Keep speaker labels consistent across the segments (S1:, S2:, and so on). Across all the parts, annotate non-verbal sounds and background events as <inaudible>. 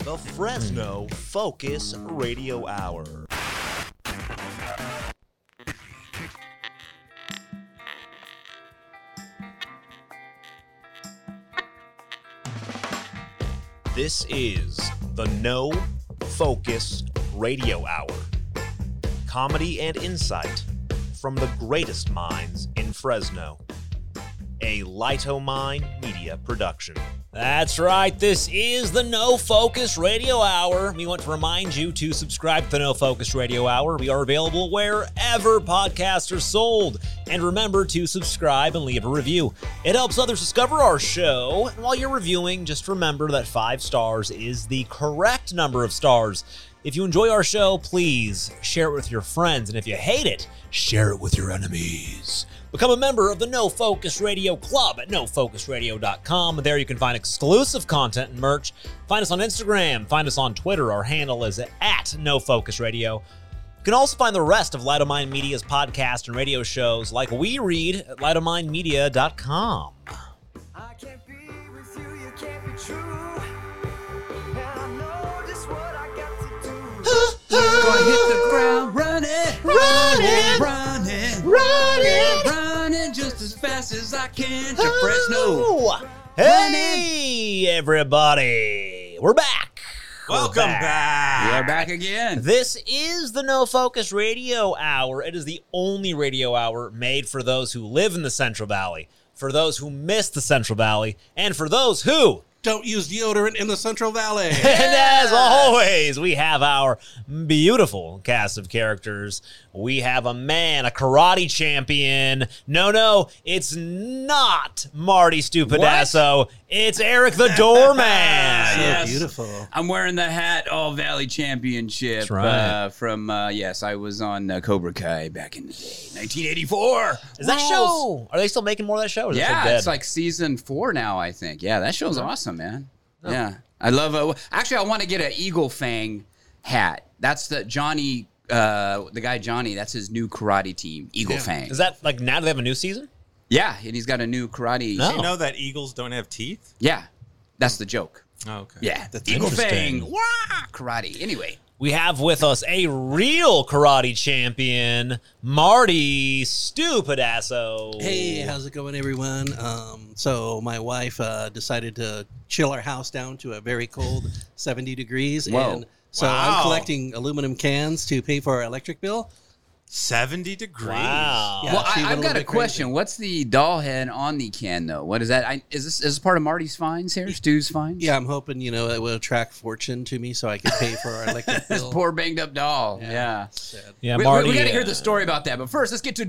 S1: the Fresno Focus Radio Hour. This is the No Focus Radio Hour. Comedy and insight from the greatest minds in Fresno. A Lightomine Media production.
S2: That's right. This is the No Focus Radio Hour. We want to remind you to subscribe to the No Focus Radio Hour. We are available wherever podcasts are sold. And remember to subscribe and leave a review. It helps others discover our show. And while you're reviewing, just remember that five stars is the correct number of stars. If you enjoy our show, please share it with your friends. And if you hate it, share it with your enemies. Become a member of the No Focus Radio Club at nofocusradio.com. There you can find exclusive content and merch. Find us on Instagram. Find us on Twitter. Our handle is at No Focus Radio. You can also find the rest of Light of Mind Media's podcast and radio shows like We Read at lightofmindmedia.com.
S3: I can't be with you, you can't be true. And I know just what I got to do. Gonna hit the ground running, running, running, running, running just as fast as I can to Fresno.
S2: Oh! Hey, everybody. We're back.
S1: Welcome
S3: We're back again.
S2: This is the No Focus Radio Hour. It is the only radio hour made for those who live in the Central Valley, for those who miss the Central Valley, and for those who.
S4: don't use deodorant in the Central
S2: <laughs>
S4: Valley.
S2: And as always, we have our beautiful cast of characters. We have a man, a karate champion. No, no, it's not Marty Stupidasso. It's Eric the Doorman.
S3: <laughs> Yes.
S4: Beautiful.
S3: I'm wearing the hat All Valley Championship
S2: That's right.
S3: uh, from uh, yes, I was on uh, Cobra Kai back in the day, 1984.
S2: Is that show? Are they still making more of that show? Or is that show
S3: Yeah,
S2: dead?
S3: it's like season four now, I think. Yeah, that show's awesome, man. Yeah, I love. A, actually, I want to get an eagle fang hat. That's the Johnny, uh, the guy Johnny. That's his new karate team, Eagle
S4: Yeah.
S3: Fang.
S2: is that like now? Do they have a new season?
S3: yeah, and he's got a new karate.
S2: No.
S3: team.
S4: You know that eagles don't have teeth?
S3: Yeah, that's the joke.
S4: Oh, okay.
S3: Yeah,
S4: That's
S3: Eagle
S2: interesting.
S3: Fang, wah, karate. Anyway,
S2: We have with us a real karate champion, Marty Stupidasso.
S5: Hey, how's it going, everyone? Um, so my wife uh, decided to chill our house down to a
S3: <laughs>
S5: very cold 70 degrees,
S3: Whoa.
S5: and so
S4: Wow.
S5: I'm collecting aluminum cans to pay for our electric bill.
S4: 70 degrees.
S2: Wow.
S5: Yeah,
S3: Oh, well,
S5: she
S3: I, I've
S5: went a
S3: got
S5: little
S3: a
S5: bit
S3: question.
S5: crazy.
S3: What's the doll head on the can though? What is that? I, is this is this part of Marty's fines here? Stu's fines?
S5: Yeah, I'm hoping you know it will attract fortune to me, so I can pay
S3: <laughs>
S5: for our electric
S3: This
S5: bill.
S3: poor banged up doll. yeah.
S5: Sad.
S2: Yeah,
S3: we,
S2: Marty.
S3: got to hear
S2: uh,
S3: the story about that. But first, let's get to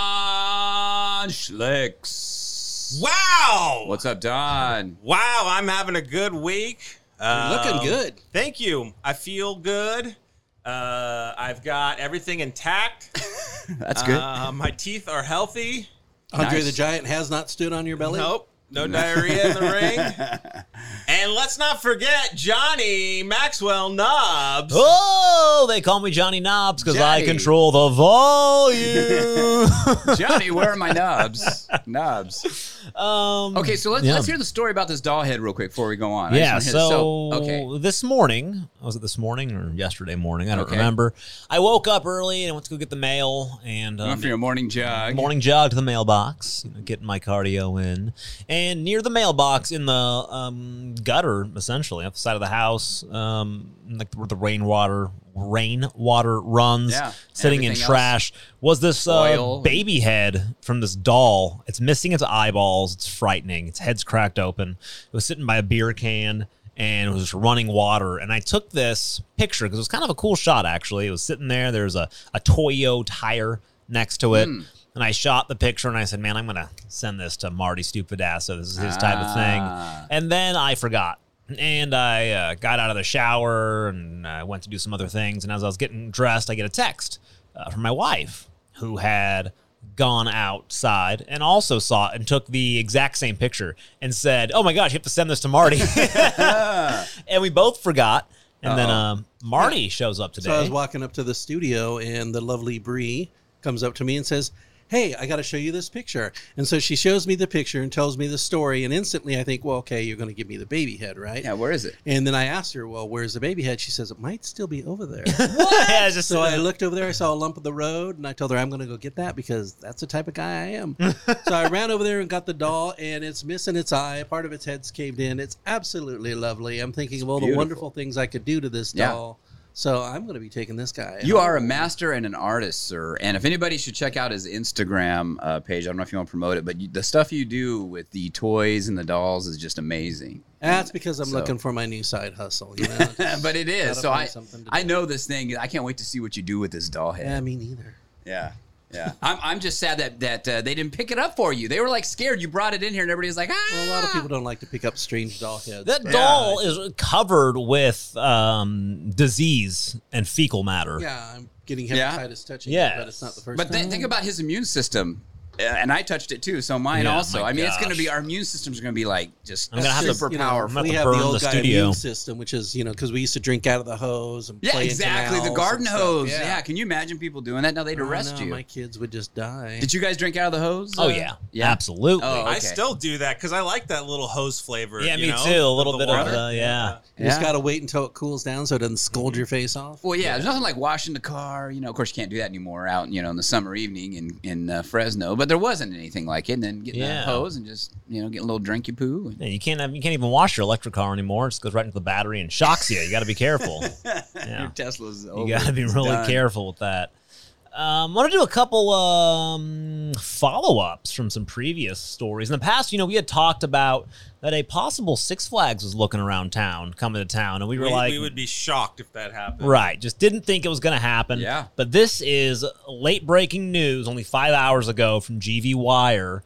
S3: Don Schlicks.
S4: Wow.
S3: What's up, Don?
S4: Wow, I'm having a good week.
S5: You're looking
S4: Um,
S5: good.
S4: Thank you. I feel good. Uh, I've got everything intact.
S3: <laughs> That's
S4: Uh, my teeth are healthy.
S5: Andre
S3: nice.
S5: the Giant has not stood on your belly.
S4: Nope. No diarrhea
S3: <laughs>
S4: in the ring. And let's not forget Johnny Maxwell Knobs.
S2: Oh, they call me Johnny Knobs because I
S3: Johnny.
S2: control the
S3: <laughs>
S2: volume.
S3: Johnny, where are my knobs? knobs.
S2: um,
S3: Okay, so let's,
S2: Yeah.
S3: let's hear the story about this doll head real quick before we go on. I
S2: Yeah,
S3: just
S2: so,
S3: wanna hit- okay.
S2: this morning, was it this morning or yesterday morning? I don't
S3: Okay.
S2: remember. I woke up early and went to go get the mail and
S3: Going
S2: um,
S3: for your morning jog.
S2: morning jog to the mailbox, you know, getting my cardio in. And near the mailbox, in the um, gutter, essentially, off the side of the house, um, like where the rainwater rainwater runs,
S3: Yeah, and
S2: sitting in
S3: everything
S2: trash, was this uh,
S3: Oil.
S2: baby head from this doll. It's missing its eyeballs. It's frightening. Its head's cracked open. It was sitting by a beer can. And it was just running water. And I took this picture because it was kind of a cool shot, actually. It was sitting there. There's a, a Toyo tire next to it. And I shot the picture and I said, man, I'm going to send this to Marty Stupidasso. This is his type of
S3: Ah.
S2: thing. And then I forgot. And I uh, got out of the shower and I went to do some other things. And as I was getting dressed, I get a text uh, from my wife who had gone outside and also saw it and took the exact same picture and said, oh my gosh, you have to send this to Marty. <laughs> and we both forgot. And then
S3: Uh-oh.
S2: um, Marty shows up today.
S5: So I was walking up to the studio, and the lovely Bree comes up to me and says, hey, I got to show you this picture. And so she shows me the picture and tells me the story. And instantly I think, well, okay, you're going to give me the baby head, right?
S3: Yeah, where is it?
S5: And then I asked her, well, where's the baby head? She says, it might still be over there.
S2: <laughs> Yeah, just-
S5: so I looked over there, I saw a lump of the road, and I told her, I'm going to go get that because that's the type of guy I am. so I ran over there and got the doll, and it's missing its eye. Part of its head's caved in. It's absolutely lovely. I'm thinking of all the
S3: beautiful.
S5: wonderful things I could do to this
S3: Yeah.
S5: doll. So I'm going to be taking this guy.
S3: You are a master and an artist, sir. And if anybody should check out his Instagram uh, page, I don't know if you want to promote it, but you, the stuff you do with the toys and the dolls is just amazing.
S5: That's because I'm
S3: So-
S5: looking for my new side hustle.
S3: <laughs>
S5: You know?
S3: but it is.
S5: Gotta
S3: So
S5: find
S3: I,
S5: something to
S3: I
S5: do.
S3: know this thing. I can't wait to see what you do with this doll head.
S5: yeah, me neither.
S3: Yeah. Yeah. I'm, I'm just sad that that uh, they didn't pick it up for you. They were like scared. You brought it in here and everybody was like, ah.
S5: Well, a lot of people don't like to pick up strange doll heads.
S2: that doll is covered with um, disease and fecal matter.
S5: yeah, I'm getting
S3: Yeah.
S5: hepatitis touching.
S2: Yeah.
S5: Yeah, but it's not the first.
S3: But
S5: time.
S3: th- think about his immune system. Uh, and I touched it too, so mine
S2: Yeah,
S3: also.
S2: my
S3: I mean, it's going
S2: gosh.
S3: to be our immune system's going to be like just
S2: I'm gonna have to-
S3: super
S5: you know,
S3: powerful.
S2: I'm gonna
S5: we
S2: have
S5: have
S2: to
S5: the
S2: burn
S5: old
S2: the
S5: guy
S2: studio.
S5: immune system, which is you know because we used to drink out of the hose and
S3: yeah,
S5: play in
S3: exactly. The
S5: canals
S3: garden
S5: and stuff.
S3: hose.
S5: Yeah.
S3: Yeah. Can you imagine people doing that? Now they'd
S5: Oh,
S3: arrest
S5: no,
S3: you.
S5: My kids would just die.
S3: Did you guys drink out of the hose?
S2: Oh
S3: uh,
S2: yeah,
S3: yeah.
S2: absolutely.
S3: Oh,
S4: I
S3: okay.
S4: still do that because I like that little hose flavor.
S2: yeah,
S4: you
S2: me
S4: know,
S2: too. A little
S4: the
S2: bit
S4: water.
S2: of uh, yeah.
S5: You just
S3: Yeah. Mm-hmm.
S5: gotta wait until it cools down so it doesn't scold your face off.
S3: Well, yeah, there's nothing like washing the car. You know, of course, you can't do that anymore out, you know, in the summer evening in, in uh, Fresno, but there wasn't anything like it. And then getting
S2: Yeah.
S3: a hose and just, you know, getting a little drinky poo. And,
S2: Yeah, you can't have, you can't even wash your electric car anymore. It just goes right into the battery and shocks you. You got to be
S3: <laughs>
S2: careful. Yeah.
S3: Your Tesla's over.
S2: You got to be
S3: It's
S2: really
S3: done.
S2: careful with that. Um, I want to do a couple um, follow ups from some previous stories. In the past, you know, we had talked about that a possible Six Flags was looking around town, coming to town, and we were
S4: We,
S2: like,
S4: we would be shocked if that happened.
S2: right, just didn't think it was going to happen.
S3: Yeah.
S2: But this is late breaking news, only five hours ago from GV Wire.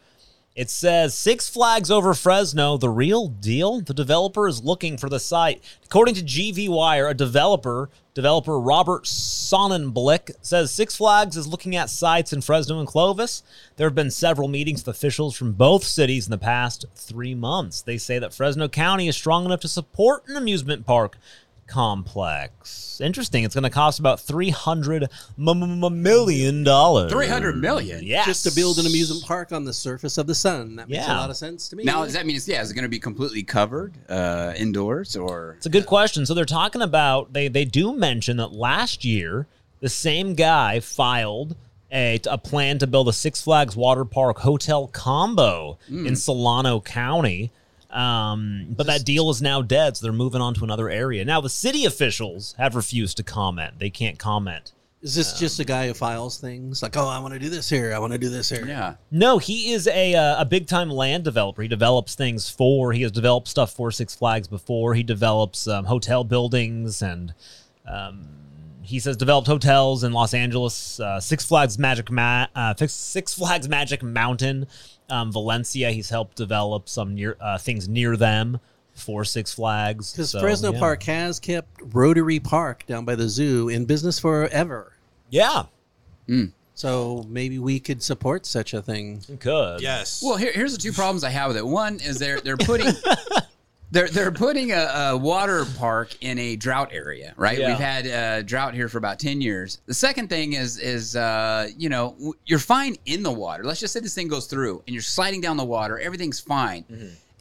S2: It says Six Flags over Fresno, the real deal. The developer is looking for the site. According to GV Wire, a developer, developer Robert Sonnenblick, says Six Flags is looking at sites in Fresno and Clovis. There have been several meetings with officials from both cities in the past three months. They say that Fresno County is strong enough to support an amusement park complex. Interesting. It's going to cost about three hundred million dollars.
S3: $300 million?
S2: Yes.
S5: Just to build an amusement park on the surface of the sun. That makes a
S2: Yeah.
S5: lot of sense to me.
S3: Now, does that mean it's, yeah, is it going to be completely covered uh, indoors or?
S2: It's a good question. So they're talking about they they do mention that last year the same guy filed a, a plan to build a Six Flags water park hotel combo in Solano County. Um, but that deal is now dead, so they're moving on to another area. Now the city officials have refused to comment. They can't comment.
S5: Is this just a guy who files things like, oh, I want to do this here, I want to do this here?
S3: Yeah.
S2: No, he is a uh, a big time land developer. He develops things for. He has developed stuff for Six Flags before. He develops um, hotel buildings and um, he says developed hotels in Los Angeles, uh, Six Flags Magic Ma- uh, Fix- Six Flags Magic Mountain, um, Valencia. He's helped develop some near uh, things near them for Six Flags.
S5: Because
S2: So,
S5: Fresno
S2: yeah.
S5: Park has kept Rotary Park down by the zoo in business forever.
S2: yeah,
S5: So maybe we could support such a thing.
S2: it could.
S4: Yes.
S3: Well, here, here's the two problems I have with it. One is they're they're <laughs> putting they're they're putting a, a water park in a drought area, right?
S2: Yeah.
S3: We've had uh, drought here for about ten years. The second thing is is uh, you know w- you're fine in the water. Let's just say this thing goes through and you're sliding down the water, everything's fine.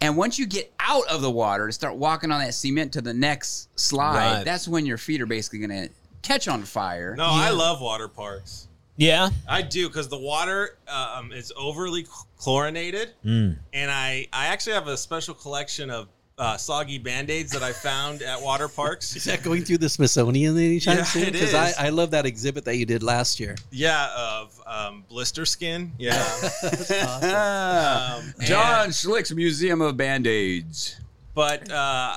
S3: And once you get out of the water to start walking on that cement to the next slide,
S2: Right.
S3: that's when your feet are basically going to catch on fire.
S4: no, I love water parks.
S2: yeah.
S4: I do because the water um, is overly ch- chlorinated,
S2: Mm.
S4: and I I actually have a special collection of uh, soggy band aids that I found at water
S5: Is
S4: parks.
S5: that going through the Smithsonian anytime
S4: Yeah,
S5: soon?
S4: it
S5: Because
S4: is.
S5: I, I love that exhibit that you did last year.
S4: Yeah, of um, blister skin. Yeah,
S3: <laughs>
S4: um,
S3: John Schlick's Museum of Band Aids.
S4: but uh,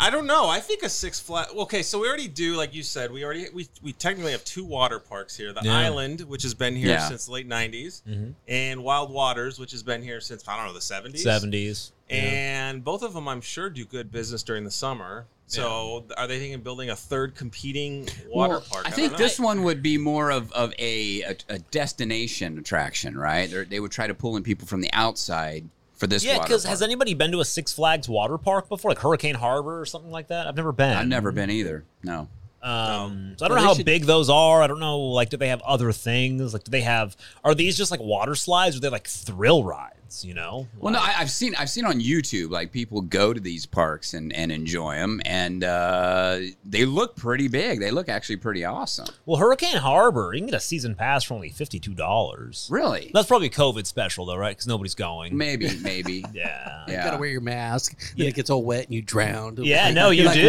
S4: I don't know. I think a six flat. Okay, so we already do, like you said, we already we, we technically have two water parks here: the
S2: Yeah.
S4: Island, which has been here
S3: Yeah. Mm-hmm.
S4: since the late '90s, and Wild Waters, which has been here since I don't know the '70s.
S2: Seventies.
S4: And both of them, I'm sure, do good business during the summer. So, th- are they thinking of building a third competing water
S3: Well,
S4: park?
S3: I
S4: don't
S3: think
S4: know.
S3: this one would be more of, of a, a a destination attraction, right? They're, they would try to pull in people from the outside for this.
S2: Yeah,
S3: because
S2: because has anybody been to a Six Flags water park before, like Hurricane Harbor or something like that? I've never been.
S3: I've never been either. No,
S2: Um, so I don't
S5: Well,
S2: know
S5: they
S2: how
S5: should-
S2: big those are. I don't know. Like, do they have other things? Like, do they have? Are these just like water slides? Or are they like thrill rides? You know?
S3: Well, no, I, I've seen I've seen on YouTube like people go to these parks and, and enjoy them, and uh, they look pretty big. They look actually pretty awesome.
S2: Well, Hurricane Harbor, you can get a season pass for only fifty two dollars.
S3: Really?
S2: That's probably a COVID special though, right? Because nobody's going.
S3: Maybe, maybe. <laughs>
S2: Yeah.
S5: You
S3: Yeah.
S5: gotta wear your mask. Then
S2: Yeah.
S5: it gets all wet and you drowned.
S2: Yeah,
S5: Like-
S2: no, you
S5: you're like
S2: do.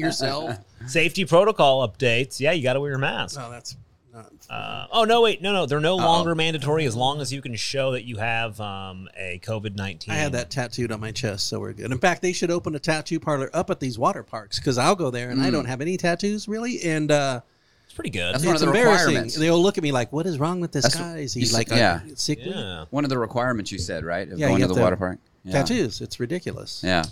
S3: <laughs>
S5: yourself.
S2: Safety protocol updates. Yeah, you got to wear your mask.
S5: no, that's not.
S2: Uh, oh no, wait, no, no, they're no longer mandatory as long as you can show that you have um, a COVID nineteen.
S5: I had that tattooed on my chest, so we're good. In fact, they should open a tattoo parlor up at these water parks because I'll go there and I don't have any tattoos really, and uh,
S2: It's pretty good.
S3: Mm. That's
S5: it's
S3: one of the
S5: embarrassing.
S3: requirements.
S5: They'll look at me like, "What is wrong with this
S3: That's-
S5: guy? Is
S3: you
S5: he
S3: s-
S5: like
S3: yeah.
S5: yeah. sick?
S2: yeah.
S3: One of the requirements you said, right? Of
S5: Yeah,
S3: going
S5: you
S3: to the
S5: have
S3: water
S5: to-
S3: park. Yeah.
S5: Tattoos? It's ridiculous."
S3: Yeah.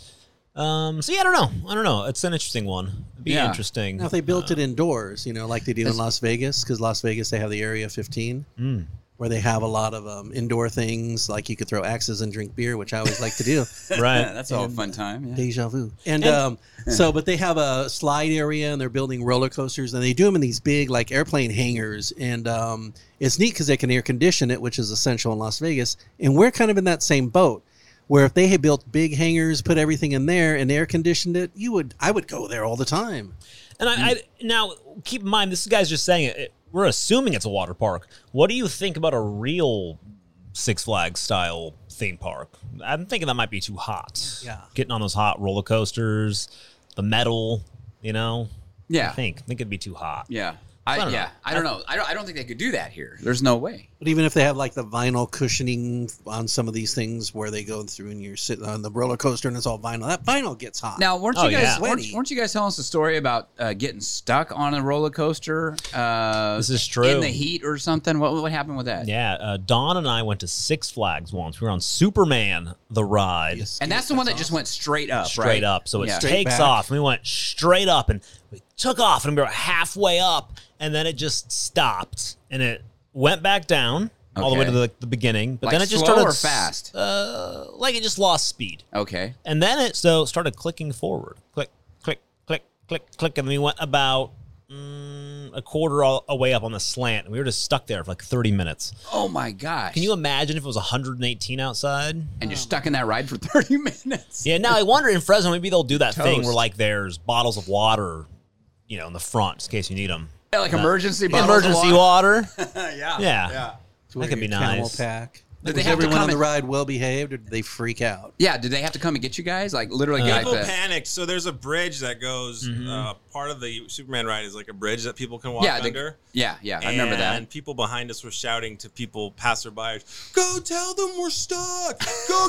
S2: Um. So yeah, I don't know. I don't know. It's an interesting one. It'd be
S3: Yeah.
S2: interesting.
S5: Now, if they
S2: Uh.
S5: built it indoors, you know, like they do in Las Vegas, because Las Vegas they have the Area 15,
S3: <laughs>
S2: Mm.
S5: where they have a lot of um, indoor things, like you could throw axes and drink beer, which I always like to do.
S3: Yeah,
S2: right.
S3: that's all a fun time. Yeah.
S5: Deja vu. And, um, so, but they have a slide area and they're building roller coasters and they do them in these big like airplane hangars. And um, it's neat because they can air condition it, which is essential in Las Vegas. And we're kind of in that same boat where if they had built big hangars, put everything in there and air conditioned it, you would, I would go there all the time.
S2: And I, I
S3: Hmm.
S2: now keep in mind this guy's just saying it. We're assuming it's a water park. What do you think about a real Six Flags style theme park? I'm thinking that might be too hot.
S5: Yeah.
S2: Getting on those hot roller coasters, the metal. You know. I
S3: Yeah.
S2: think I think it'd be too hot.
S3: Yeah. I,
S2: don't know.
S3: yeah. I don't know. I don't, I don't think they could do that here. There's no way.
S5: But even if they have like the vinyl cushioning on some of these things where they go through and you're sitting on the roller coaster and it's all vinyl, that vinyl gets hot.
S3: Now, weren't you
S2: Oh,
S3: guys
S2: yeah.
S3: weren't,
S5: Sweaty.
S3: weren't you guys telling us a story about uh, getting stuck on a roller coaster? Uh,
S2: This is true.
S3: In the heat or something. What what happened with that?
S2: Yeah, uh, Don and I went to Six Flags once. We were on Superman the ride,
S5: Yes.
S3: And that's the one that just went straight up.
S2: straight
S3: right?
S2: up. So it
S3: Yeah.
S5: Straight
S2: takes
S5: back.
S2: off. And we went straight up, and we took off, and we were halfway up, and then it just stopped, and it went back down all the way to
S3: Okay.
S2: the, the beginning. But
S3: Like
S2: then it just
S3: slow
S2: started
S3: or
S2: s-
S3: fast?
S2: uh, like it just lost speed,
S3: Okay.
S2: and then it so started clicking forward, click, click, click, click, click, and we went about. mm, A quarter all away up on the slant, and we were just stuck there for like 30 minutes.
S3: Oh my gosh.
S2: Can you imagine if it was 118 outside?
S3: and you're stuck in that ride for <laughs> 30 minutes.
S2: Yeah, now I wonder in Fresno, maybe they'll do that thing
S3: Toast.
S2: where like there's bottles of water, you know, in the front in case you need them.
S3: Yeah, <laughs> like emergency bottles of
S2: Emergency
S3: water.
S2: water.
S3: <laughs> yeah.
S2: Yeah.
S4: Yeah.
S5: Wear
S2: that could be
S5: your camel
S2: nice.
S5: Pack.
S3: Did they
S5: Was
S3: have to
S5: everyone
S3: come
S5: on the
S3: in-
S5: ride well behaved, or did they freak out?
S3: Yeah, did they have to come and get you guys? Like
S2: Uh,
S3: literally get
S4: People
S3: like the-
S4: panicked. So there's a bridge that goes. Uh, part of the Superman ride is like a bridge that people can walk
S3: Mm-hmm. Yeah, the-
S4: under.
S3: Yeah, yeah, I remember that.
S4: And people behind us were shouting to people, passerby, go tell them we're stuck. Go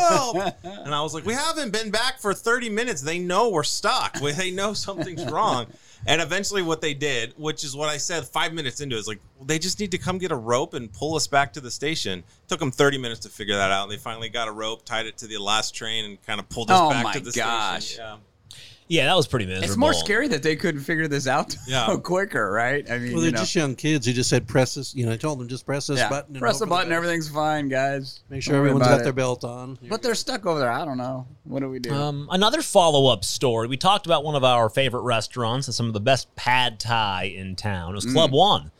S3: <laughs>
S4: help. and I was like, we haven't been back for 30 minutes. They know we're stuck. We- They know something's wrong. And eventually, what they did, which is what I said five minutes into, it, is like, well, they just need to come get a rope and pull us back to the station. took them 30 minutes to figure that out. And they finally got a rope, tied it to the last train, and kind of pulled us
S3: Oh
S4: back
S3: my
S4: to the
S3: gosh.
S4: station.
S2: Yeah, that was pretty miserable.
S3: It's more scary that they couldn't figure this out <laughs>
S4: Yeah.
S3: quicker, right? I mean,
S5: Well,
S3: you
S5: they're
S3: know,
S5: just young kids who just said press this. You know, I told them just press this
S3: yeah.
S5: button. And
S3: press the
S5: hope for
S3: button,
S5: best.
S3: everything's fine, guys.
S5: Make sure
S3: Don't worry
S5: everyone's
S3: about
S5: got
S3: it.
S5: their belt on.
S3: But they're stuck over there. I don't know. What do we do?
S2: Um, another follow up story. We talked about one of our favorite restaurants and some of the best pad thai in town. It was Club One.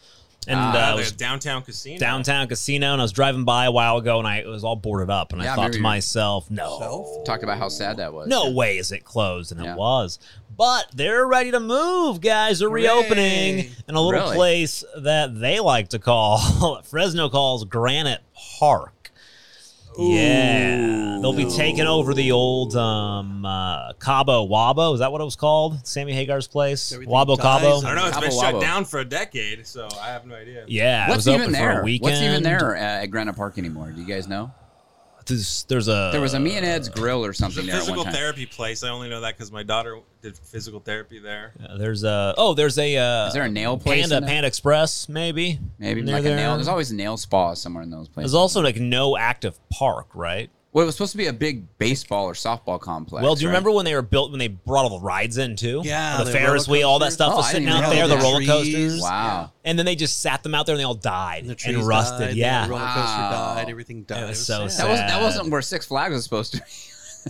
S2: And
S3: Mm. Ah,
S2: uh,
S4: Yeah.
S2: it
S4: There's
S2: was
S4: downtown casino.
S2: downtown casino. And I was driving by a while ago and I it was all boarded up. And
S3: Yeah, I
S2: I thought
S3: remember
S2: to
S3: you-
S2: myself, no.
S5: Self?
S3: Talked about how sad that was.
S2: No way is it closed, and
S3: Yeah.
S2: it was. But they're ready to move, guys. They're reopening
S5: Hooray.
S2: in a little
S3: Really?
S2: place that they like to call <laughs> Fresno calls Granite Park. Yeah, they'll be taking over the old um, uh, Cabo Wabo. Is that what it was called? Sammy Hagar's place,
S5: Everything
S2: Wabo
S5: ties
S2: Cabo.
S5: in.
S4: I don't know. It's been
S3: Cabo
S4: shut
S3: Wabo.
S4: down for a decade, so I have no idea.
S2: Yeah,
S3: What's
S2: it was
S3: even
S2: open
S3: there?
S2: for a weekend.
S3: What's even there uh, at Granite Park anymore? Do you guys know?
S2: There's, there's a
S3: There was a me and Ed's grill or
S4: It's a
S3: something there at
S4: physical
S3: one time.
S4: therapy place. I only know that because my daughter did physical therapy there.
S2: there's a oh there's a uh,
S3: Is there a nail place?
S2: Panda
S3: in there?
S2: Panda Express maybe
S3: Maybe
S2: near
S3: like a
S2: there?
S3: nail. There's always a nail spa somewhere in those places.
S2: There's also like no active park, right?
S3: well, it was supposed to be a big baseball or softball complex.
S2: well, do you
S3: right?
S2: remember when they were built when they brought all the rides in too?
S5: Yeah,
S2: the,
S5: the
S2: Ferris
S5: roller
S2: wheel, all that
S5: coasters.
S2: stuff
S3: Oh,
S2: was
S3: I
S2: sitting
S3: didn't
S2: out
S3: even
S2: there,
S3: know
S2: the
S3: the
S2: roller
S5: trees.
S2: coasters.
S3: Wow.
S2: And then they just sat them out there, and they all died
S5: And the trees
S2: and rusted.
S5: died,
S2: yeah,
S5: The roller coaster
S3: Wow.
S5: died. Everything died.
S2: was so
S3: That, was,
S2: Sad.
S3: that wasn't where Six Flags was supposed to be.
S5: <laughs>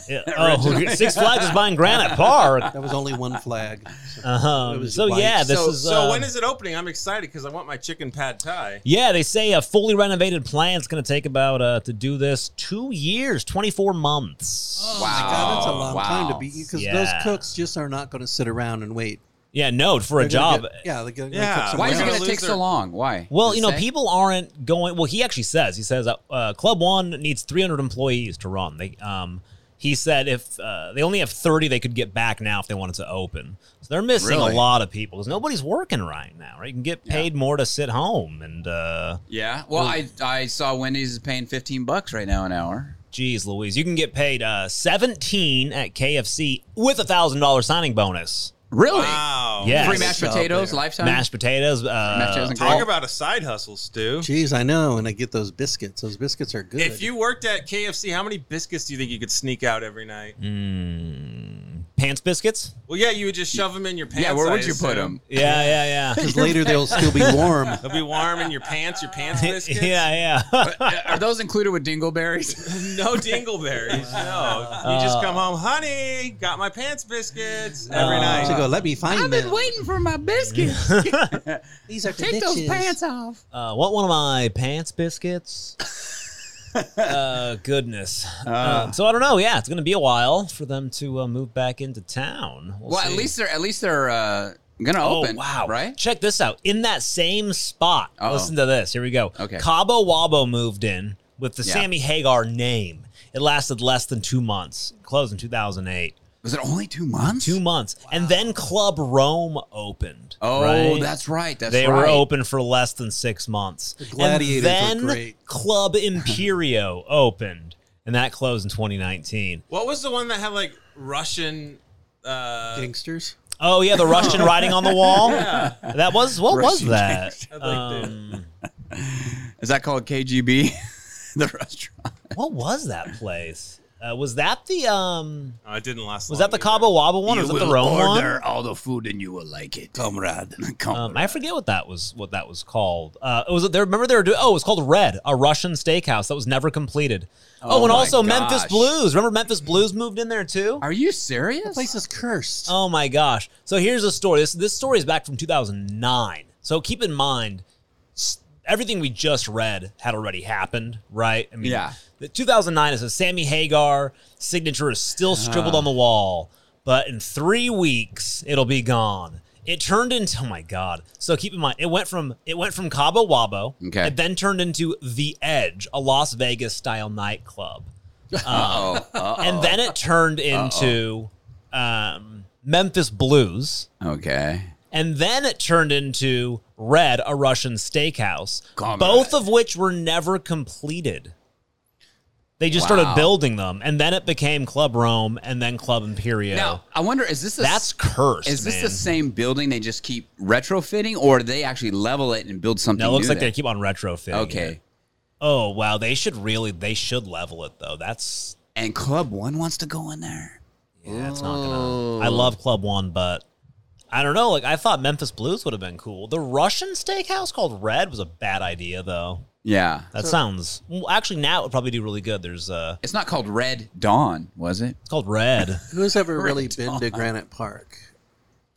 S2: Yeah. Oh, <laughs> Six Flags is buying Granite Park.
S5: That was only one
S3: <laughs>
S5: flag. It
S2: Um,
S5: was
S2: so
S5: white.
S2: yeah, this
S4: so,
S2: is.
S4: so
S2: uh,
S4: when is it opening? I'm excited because I want my chicken pad thai.
S2: Yeah, they say a fully renovated plant's going to take about uh, to do this two years, twenty four months.
S5: Oh my God, that's a long
S3: Wow.
S5: time to be because
S2: Yeah.
S5: those cooks just are not going to sit around and wait
S2: Yeah, no, for a
S5: They're gonna
S2: job.
S5: get- yeah, they're gonna go
S4: Yeah.
S5: cook some
S3: Why is it
S5: rounds.
S3: going to
S4: Gonna
S3: take
S4: lose
S3: so
S4: their-
S3: long? Why?
S2: Well,
S3: Does
S2: you
S3: it
S2: know,
S3: say?
S2: people aren't going. Well, he actually says he says uh, uh, Club One needs 300 employees to run. They um, he said if uh, they only have 30, they could get back now if they wanted to open. So they're missing
S3: Really?
S2: a lot of people because nobody's working right now. Right, you can get paid more to sit home. And uh,
S3: Yeah. Well, I I saw Wendy's is paying 15 bucks right now an hour.
S2: geez, Louise, you can get paid uh, 17 at KFC with a thousand dollar signing bonus.
S3: Really?
S4: Wow.
S2: Yeah.
S3: Free
S2: Yes.
S3: mashed
S5: Up
S3: potatoes,
S5: there.
S3: lifetime.
S2: mashed potatoes. Uh,
S3: Mashed potatoes and
S4: Talk
S3: Oh.
S4: about a side hustle, Stu.
S5: Jeez, I know, and I get those biscuits. Those biscuits are good.
S4: If you worked at KFC, how many biscuits do you think you could sneak out every night?
S2: mm, pants biscuits.
S4: Well, yeah, you would just shove them in your pants.
S3: yeah. Where
S4: I
S3: would you put
S2: <laughs>
S4: assume.
S3: them?
S2: Yeah,
S3: <laughs>
S2: yeah, <laughs> yeah.
S5: 'Cause later they'll still be warm.
S4: They'll be warm in your pants. Your pants
S2: <laughs>
S4: biscuits.
S2: yeah, yeah.
S3: Are those included with dingleberries?
S4: No dingleberries. No. You just come home, honey. Got my pants biscuits every
S2: Uh,
S4: night.
S5: So go, let me find them.
S3: waiting for my biscuits.
S2: <laughs>
S3: <laughs>
S5: These are delicious."
S3: off.
S2: Uh, what one of my pants
S3: <laughs>
S2: biscuits? uh, goodness. Uh, so I don't know. Yeah, it's gonna be a while for them to uh, move back into town. <laughs> We'll,
S3: Well, at
S2: see.
S3: least they're at least they're uh, gonna
S2: Oh
S3: open.
S2: wow!
S3: Right?
S2: Check this out. In that same spot.
S3: Uh-oh.
S2: Listen to this. Here we go.
S3: Okay.
S2: Cabo Wabo moved in with the
S3: Yeah.
S2: Sammy Hagar name. It lasted less than two months. Closed in 2008.
S3: Was it only two months?
S2: Two months, and then Club Rome opened.
S3: Oh,
S2: right?
S3: that's right. That's
S2: they
S3: right.
S2: were open for less than six months. The
S5: Gladiators were
S2: and then
S3: <laughs>
S5: great.
S2: Club Imperio opened, and that closed in 2019.
S4: What was the one that had like Russian? Uh,
S5: Gangsters.
S2: Oh yeah, the
S3: <laughs>
S2: Russian writing on the wall. That was what
S3: Russian
S2: was
S3: <laughs>
S2: that?
S4: I'd like to-
S2: Um,
S3: Is that called KGB? <laughs> the restaurant.
S2: what was that place? Uh, was that the um?
S4: oh, it didn't last.
S2: Was that
S4: long
S2: the
S4: either.
S2: Cabo Wabo one? or was that the Rome one?
S3: all the food and you will like it, comrade. <laughs>
S2: Um, I forget what that was. What that was called? Uh, it was there. Remember they were doing. Oh, it was called Red, a Russian steakhouse that was never completed. Oh,
S3: Oh
S2: and
S3: my
S2: also Memphis
S3: gosh.
S2: Blues. Remember Memphis Blues moved in there too.
S3: Are you serious?
S5: The place is cursed.
S2: Oh my gosh! So here's a story. This this story is back from 2009. So keep in mind, s- everything we just read had already happened, right? I mean,
S3: Yeah.
S2: The 2009 is a Sammy Hagar signature is still
S3: Uh-huh.
S2: scribbled on the wall, but in three weeks it'll be gone. It turned into oh my god. So keep in mind, it went from it went from Cabo Wabo,
S3: Okay.
S2: it then turned into The Edge, a Las Vegas style nightclub <laughs>
S3: Uh-oh. Uh-oh.
S2: and then it turned into um, Memphis Blues,
S3: okay.
S2: and then it turned into Red, a Russian steakhouse.
S3: Comrade.
S2: Both of which were never completed. They just started
S3: Wow.
S2: building them, and then it became Club Rome, and then Club Imperio.
S3: Now I wonder is this a
S2: That's cursed.
S3: is this
S2: man.
S3: the same building they just keep retrofitting, or do they actually level it and build something?
S2: No, it looks
S3: new
S2: like
S3: there?
S2: they keep on retrofitting.
S3: Okay.
S2: it. Oh wow, they should really they should level it though. That's
S3: And Club One wants to go in there.
S2: Yeah, it's not gonna. I love Club One, but I don't know. Like I thought Memphis Blues would have been cool. The Russian steakhouse called Red was a bad idea, though.
S3: Yeah.
S2: That sounds well, actually now it would probably do really good. There's uh,
S3: It's not called Red Dawn, was it?
S2: it's called Red.
S5: Who's ever really been to Granite Park?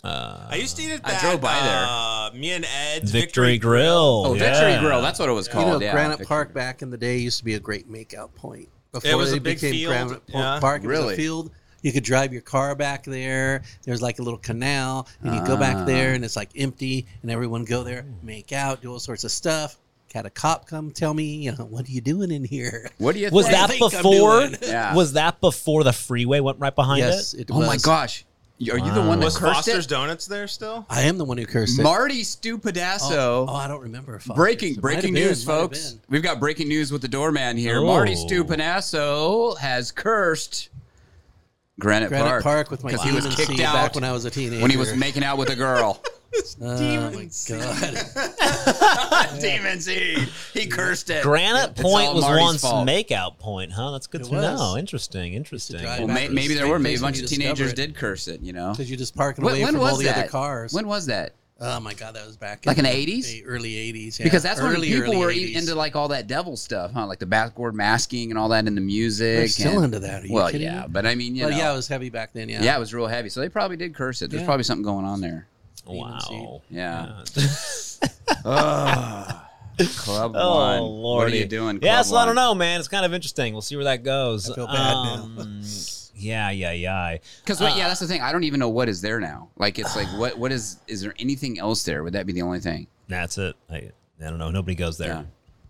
S4: I used to eat at
S3: I
S4: that.
S3: drove by there.
S4: Uh, me and Ed's
S2: Victory Grill.
S3: Oh,
S2: yeah.
S3: Victory Grill. That's what it was called.
S5: you know,
S3: yeah,
S5: Granite
S3: Victory
S5: Park
S3: Grill.
S5: back in the day used to be a great makeout point. Before
S4: was
S5: they
S4: a big
S5: became
S4: field,
S5: Granite Po-
S4: yeah.
S5: Park, it was
S3: Really?
S5: a field. You could drive your car back there. There's like a little canal, and you go
S3: Ah.
S5: back there, and it's like empty, and everyone go there, make out, do all sorts of stuff. Had a cop come tell me, you know, what are you doing in here?
S3: What do you
S2: Was
S3: think?
S2: that
S5: think I'm
S2: before?
S5: doing?
S3: Yeah.
S2: Was that before the freeway went right behind
S5: yes,
S2: it?
S5: it
S3: Oh
S5: was.
S3: my gosh! Y- Are you the one that
S4: Was
S3: cursed
S4: Foster's
S3: it?
S4: Donuts there still?
S5: I am the one who cursed it.
S3: Marty Stu
S5: oh,
S3: Pedasso.
S5: oh, I don't remember. if I
S3: breaking
S5: cursed it. Might have
S3: breaking
S5: been,
S3: news,
S5: might have
S3: folks.
S5: been.
S3: We've got breaking news with the doorman here.
S2: Oh.
S3: Marty Stu Pedasso has cursed Granite,
S5: Granite Park,
S3: Park
S5: with my
S3: because he was
S5: demon
S3: kicked
S5: seed
S3: out
S5: back when I was a teenager.
S3: when he was making out with a
S5: <laughs>
S3: girl. <laughs>
S5: oh my god.
S3: Demon seed. He cursed it.
S2: Granite
S3: It's
S2: Point
S3: all
S2: was
S3: Marty's
S2: once
S3: fault.
S2: makeout point, huh? That's good
S5: It
S2: to
S5: was.
S2: know. Interesting, interesting.
S5: drive
S3: Well,
S5: back
S3: may,
S5: to the
S3: maybe there
S5: same
S3: were. Maybe
S5: place
S3: a
S5: when
S3: bunch
S5: you
S3: of
S5: discover
S3: teenagers
S5: it.
S3: did curse it. You know.
S5: Because you're just parking
S3: When,
S5: away
S3: when
S5: from
S3: was
S5: all the
S3: that?
S5: other cars.
S3: When was that?
S5: Oh my god, that was back
S3: Like in the
S5: the
S3: 80s?
S5: the early eighties.
S3: Because that's when people were e- into like all that devil stuff, huh? Like the backboard masking and all that in the music.
S5: They're still
S3: and-
S5: into that. Are you
S3: well,
S5: kidding
S3: yeah,
S5: me?
S3: but I mean, you
S5: Well,
S3: know,
S5: yeah, it was heavy back then. Yeah,
S3: yeah, it was real heavy. So they probably did curse it. There's
S5: Yeah.
S3: probably something going on there.
S2: Wow.
S3: Yeah.
S2: Yeah. <laughs>
S3: <laughs> Club
S2: Oh,
S3: One. What are
S2: Lordy.
S3: you doing?
S2: Yeah,
S3: Club
S2: so I don't
S3: One?
S2: know, man. It's kind of interesting. We'll see where that goes. Um,
S5: I feel bad now.
S2: yeah, yeah, yeah.
S3: Because yeah, that's the thing. I don't even know what is there now. Like it's like what what is is there anything else there? Would that be the only thing?
S2: That's it. I, I don't know. Nobody goes there.
S3: Yeah.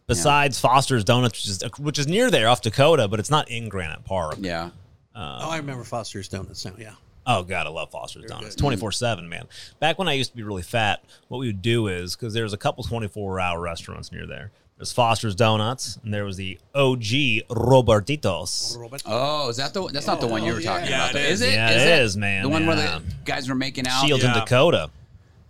S2: Besides Foster's Donuts, which is, which is near there off Dakota, but it's not in Granite Park. Um,
S3: Yeah.
S5: Oh, I remember Foster's Donuts now. Yeah.
S2: Oh God, I love Foster's Donuts.
S5: good.
S2: Twenty four seven, man. Back when I used to be really fat, what we would do is because there's a couple twenty four hour restaurants near there. There's Foster's Donuts, and there was the OG Robertitos.
S5: Robert.
S3: Oh, is that the that's not the one you were talking
S4: Yeah,
S3: about? though.
S4: it is.
S3: Is it?
S2: Yeah,
S3: is
S2: it is, man.
S3: The one where
S2: Yeah.
S3: the guys were making out.
S2: Shields in
S4: yeah.
S2: Dakota.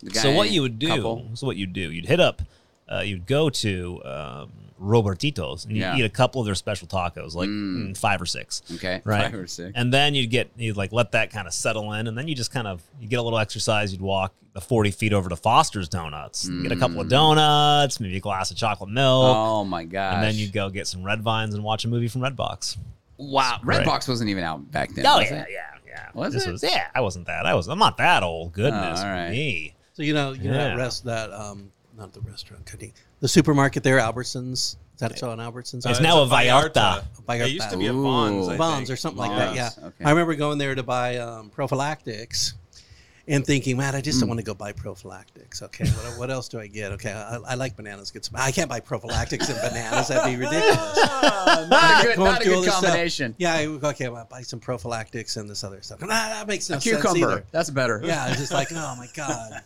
S3: the guy-
S2: um, so what you would do?
S3: couple.
S2: So what you'd do? You'd hit up, uh, you'd go to um, Robertitos and you
S3: Yeah.
S2: would eat a couple of their special tacos, like mm, five or six.
S3: Okay,
S2: right?
S3: five or six.
S2: And then you'd get you'd like let that kind of settle in, and then you just kind of you get a little exercise. You'd walk the forty feet over to Foster's Donuts, get a couple of donuts, maybe a glass of chocolate milk,
S3: Mm. Oh my gosh!
S2: and then you'd go get some red vines and watch a movie from Redbox.
S3: wow, Redbox
S2: Right.
S3: wasn't even out back then.
S2: Oh
S3: was
S2: yeah,
S3: it?
S2: yeah, yeah.
S3: Was
S2: this
S3: it? Oh,
S2: was yeah. I wasn't that. I was. I'm not that old. Goodness
S3: all right.
S2: me.
S5: So you know, you know
S2: Yeah.
S5: that rest that um not the restaurant, cutting the supermarket there, Albertsons. Is that it's on Albertsons?
S2: It's
S4: Uh,
S2: now a Vallarta.
S4: It used to be a
S3: Ooh.
S4: Bonds. I
S5: Bonds
S4: think.
S5: or something like that. Yeah,
S3: Bonds, okay.
S5: I remember going there to buy um, prophylactics. And thinking, man, I just
S3: Hmm.
S5: don't want to go buy prophylactics. Okay, what, what else do I get? Okay, I, I like bananas. Get some. I can't buy prophylactics and bananas. That'd be
S3: <laughs>
S5: ridiculous.
S3: not a good,
S5: Going
S3: not a
S5: through all
S3: good
S5: this stuff.
S3: combination.
S5: Yeah, I, okay, well, I'll buy some prophylactics and this other stuff. Nah, that makes no sense
S3: Cucumber.
S5: either.
S3: That's better.
S5: Yeah, it's just like, oh my
S3: <laughs>
S5: god.